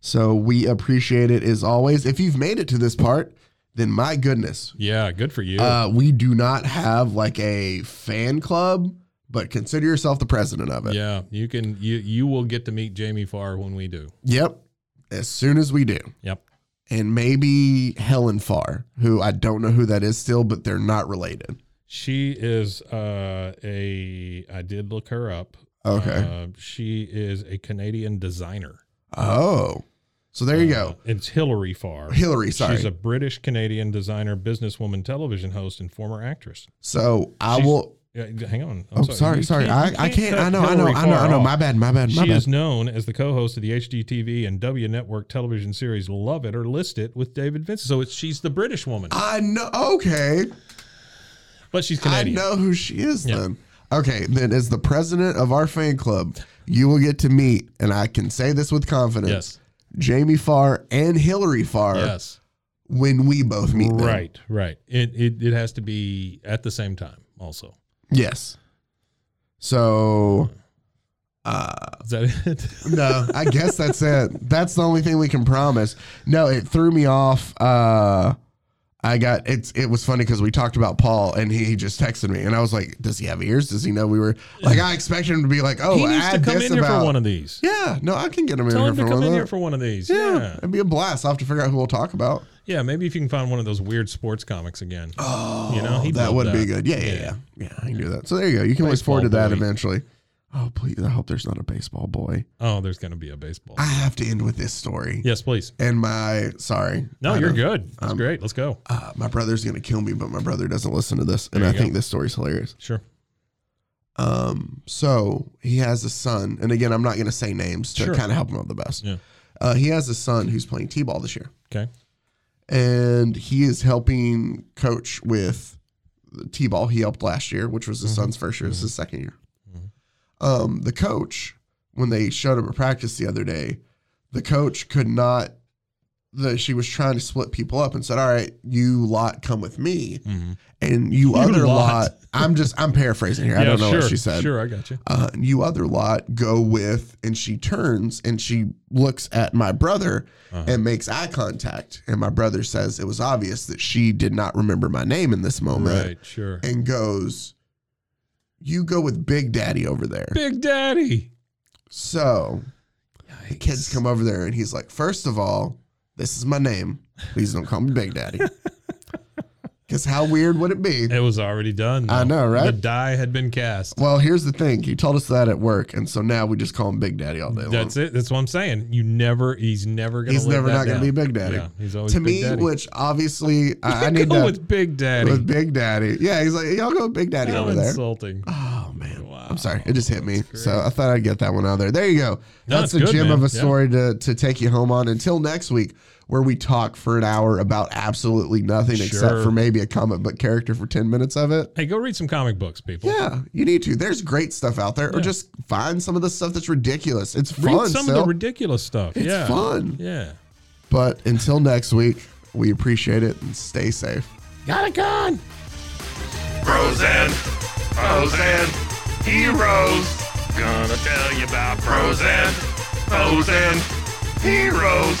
[SPEAKER 2] so we appreciate it as always. If you've made it to this part, then my goodness,
[SPEAKER 3] Yeah, good for you.
[SPEAKER 2] uh, we do not have like a fan club, but consider yourself the president of it.
[SPEAKER 3] yeah, you can. You you will get to meet Jamie Farr when we do.
[SPEAKER 2] Yep. As soon as we do.
[SPEAKER 3] Yep.
[SPEAKER 2] And maybe Helen Farr, who I don't know who that is still, but they're not related.
[SPEAKER 3] She is uh, a. I did look her up.
[SPEAKER 2] Okay.
[SPEAKER 3] Uh, she is a Canadian designer.
[SPEAKER 2] oh. So there you
[SPEAKER 3] Uh,
[SPEAKER 2] go.
[SPEAKER 3] It's Hillary Farr.
[SPEAKER 2] Hillary, sorry.
[SPEAKER 3] uh, She's a British Canadian designer, businesswoman, television host, and former actress.
[SPEAKER 2] so I
[SPEAKER 3] she's-
[SPEAKER 2] will.
[SPEAKER 3] Yeah, hang on.
[SPEAKER 2] Oh,
[SPEAKER 3] I'm
[SPEAKER 2] sorry,
[SPEAKER 3] You
[SPEAKER 2] sorry.
[SPEAKER 3] can't- you
[SPEAKER 2] I, I can't.
[SPEAKER 3] cut
[SPEAKER 2] I know, I know,
[SPEAKER 3] Hillary
[SPEAKER 2] I know, I
[SPEAKER 3] Farr
[SPEAKER 2] know.
[SPEAKER 3] off.
[SPEAKER 2] My bad, my bad, my
[SPEAKER 3] She
[SPEAKER 2] bad.
[SPEAKER 3] is known as the co-host of the HGTV and W Network television series Love It or List It with David Vincent. So it's she's the British woman,
[SPEAKER 2] I know. Okay.
[SPEAKER 3] but she's Canadian.
[SPEAKER 2] I know who she is
[SPEAKER 3] Yeah.
[SPEAKER 2] then. Okay, then as the president of our fan club, you will get to meet, and I can say this with confidence,
[SPEAKER 3] Yes.
[SPEAKER 2] Jamie Farr and Hillary Farr
[SPEAKER 3] Yes.
[SPEAKER 2] when we both meet them.
[SPEAKER 3] Right, right. It, it it has to be at the same time also.
[SPEAKER 2] Yes. So
[SPEAKER 3] Is that it?
[SPEAKER 2] no, I guess that's it. That's the only thing we can promise. No, it threw me off. Uh I got it's it was funny because we talked about Paul and he, he just texted me and I was like, Does he have ears? Does he know we were like I expected him to be like, Oh,
[SPEAKER 3] he needs to
[SPEAKER 2] add
[SPEAKER 3] come
[SPEAKER 2] this
[SPEAKER 3] in here
[SPEAKER 2] about-
[SPEAKER 3] for one of these.
[SPEAKER 2] Yeah, no, I can get him in
[SPEAKER 3] Tell
[SPEAKER 2] here
[SPEAKER 3] him
[SPEAKER 2] for
[SPEAKER 3] to
[SPEAKER 2] one
[SPEAKER 3] come
[SPEAKER 2] of
[SPEAKER 3] in here
[SPEAKER 2] those.
[SPEAKER 3] for one of these.
[SPEAKER 2] yeah,
[SPEAKER 3] Yeah.
[SPEAKER 2] it'd be a blast. I'll have to figure out who we'll talk about.
[SPEAKER 3] Yeah, maybe if you can find one of those weird sports comics again. Oh, you know, he'd
[SPEAKER 2] that
[SPEAKER 3] love
[SPEAKER 2] would be good. Yeah, yeah, yeah, yeah. I can do that. So there you go. You can always forward to
[SPEAKER 3] Baseball
[SPEAKER 2] that
[SPEAKER 3] boy.
[SPEAKER 2] eventually. Oh please, I hope there's not a baseball boy.
[SPEAKER 3] Oh, there's going to be a baseball.
[SPEAKER 2] I have to end with this story.
[SPEAKER 3] yes, please.
[SPEAKER 2] And my sorry.
[SPEAKER 3] No,
[SPEAKER 2] I
[SPEAKER 3] you're
[SPEAKER 2] know, Um,
[SPEAKER 3] good. That's great. Let's go.
[SPEAKER 2] Uh, my brother's gonna kill me, but my brother doesn't listen to this, and
[SPEAKER 3] There
[SPEAKER 2] I
[SPEAKER 3] you
[SPEAKER 2] think this story's hilarious.
[SPEAKER 3] Sure.
[SPEAKER 2] Um, so he has a son, and again, I'm not gonna say names to
[SPEAKER 3] Sure.
[SPEAKER 2] kind of help him out the best.
[SPEAKER 3] Yeah.
[SPEAKER 2] Uh, he has a son who's playing t-ball this year,
[SPEAKER 3] Okay.
[SPEAKER 2] and he is helping coach with the t-ball. He helped last year, which was his son's first year. This is his second year. Um, the coach, when they showed up at practice the other day, the coach could not. The, she was trying to split people up and said, "All right, you lot come with me, and you, other lot.
[SPEAKER 3] lot.
[SPEAKER 2] I'm just I'm paraphrasing here. I don't know
[SPEAKER 3] sure.
[SPEAKER 2] what she said.
[SPEAKER 3] Sure, I got you.
[SPEAKER 2] Uh, and you other lot go with, and she turns and she looks at my brother
[SPEAKER 3] Uh-huh.
[SPEAKER 2] and makes eye contact. And my brother says it was obvious that she did not remember my name in this moment
[SPEAKER 3] Right, sure.
[SPEAKER 2] and goes, You go with Big Daddy over there.
[SPEAKER 3] Big Daddy.
[SPEAKER 2] So the kids come over there and he's like, First of all, this is my name. Please don't call me Big Daddy. Because how weird would it be?
[SPEAKER 3] It was already done.
[SPEAKER 2] I
[SPEAKER 3] though.
[SPEAKER 2] know, right?
[SPEAKER 3] The die had been cast.
[SPEAKER 2] Well, here's the thing. He told us that at work, and so now we just call him Big Daddy all day long.
[SPEAKER 3] That's it. That's what I'm saying. You never. He's never gonna.
[SPEAKER 2] He's
[SPEAKER 3] live
[SPEAKER 2] never
[SPEAKER 3] that
[SPEAKER 2] not going
[SPEAKER 3] down.
[SPEAKER 2] to be Big Daddy.
[SPEAKER 3] Yeah, he's always
[SPEAKER 2] to
[SPEAKER 3] Big
[SPEAKER 2] me,
[SPEAKER 3] Daddy.
[SPEAKER 2] which obviously I, I need
[SPEAKER 3] go
[SPEAKER 2] to
[SPEAKER 3] with Big Daddy.
[SPEAKER 2] with Big Daddy. Yeah, he's like, y'all go with Big Daddy
[SPEAKER 3] How
[SPEAKER 2] over there.
[SPEAKER 3] insulting.
[SPEAKER 2] Oh man, I'm sorry, it just hit me. So I thought I'd get that one out there. There you go.
[SPEAKER 3] No,
[SPEAKER 2] That's
[SPEAKER 3] it's
[SPEAKER 2] a
[SPEAKER 3] good,
[SPEAKER 2] gem
[SPEAKER 3] man.
[SPEAKER 2] of a
[SPEAKER 3] Yeah.
[SPEAKER 2] story to to take you home on. Until next week, where we talk for an hour about absolutely nothing except
[SPEAKER 3] Sure.
[SPEAKER 2] for maybe a comic book character for ten minutes of it.
[SPEAKER 3] Hey, go read some comic books, people.
[SPEAKER 2] Yeah, you need to. There's great stuff out there, or just find some of the stuff that's ridiculous. It's
[SPEAKER 3] Read
[SPEAKER 2] fun.
[SPEAKER 3] some
[SPEAKER 2] still.
[SPEAKER 3] of the ridiculous stuff.
[SPEAKER 2] It's
[SPEAKER 3] yeah.
[SPEAKER 2] fun.
[SPEAKER 3] Yeah.
[SPEAKER 2] But until next week, we appreciate it and stay safe.
[SPEAKER 3] Got it gone.
[SPEAKER 1] Bros and foes and heroes. Gonna tell you about bros and foes and heroes.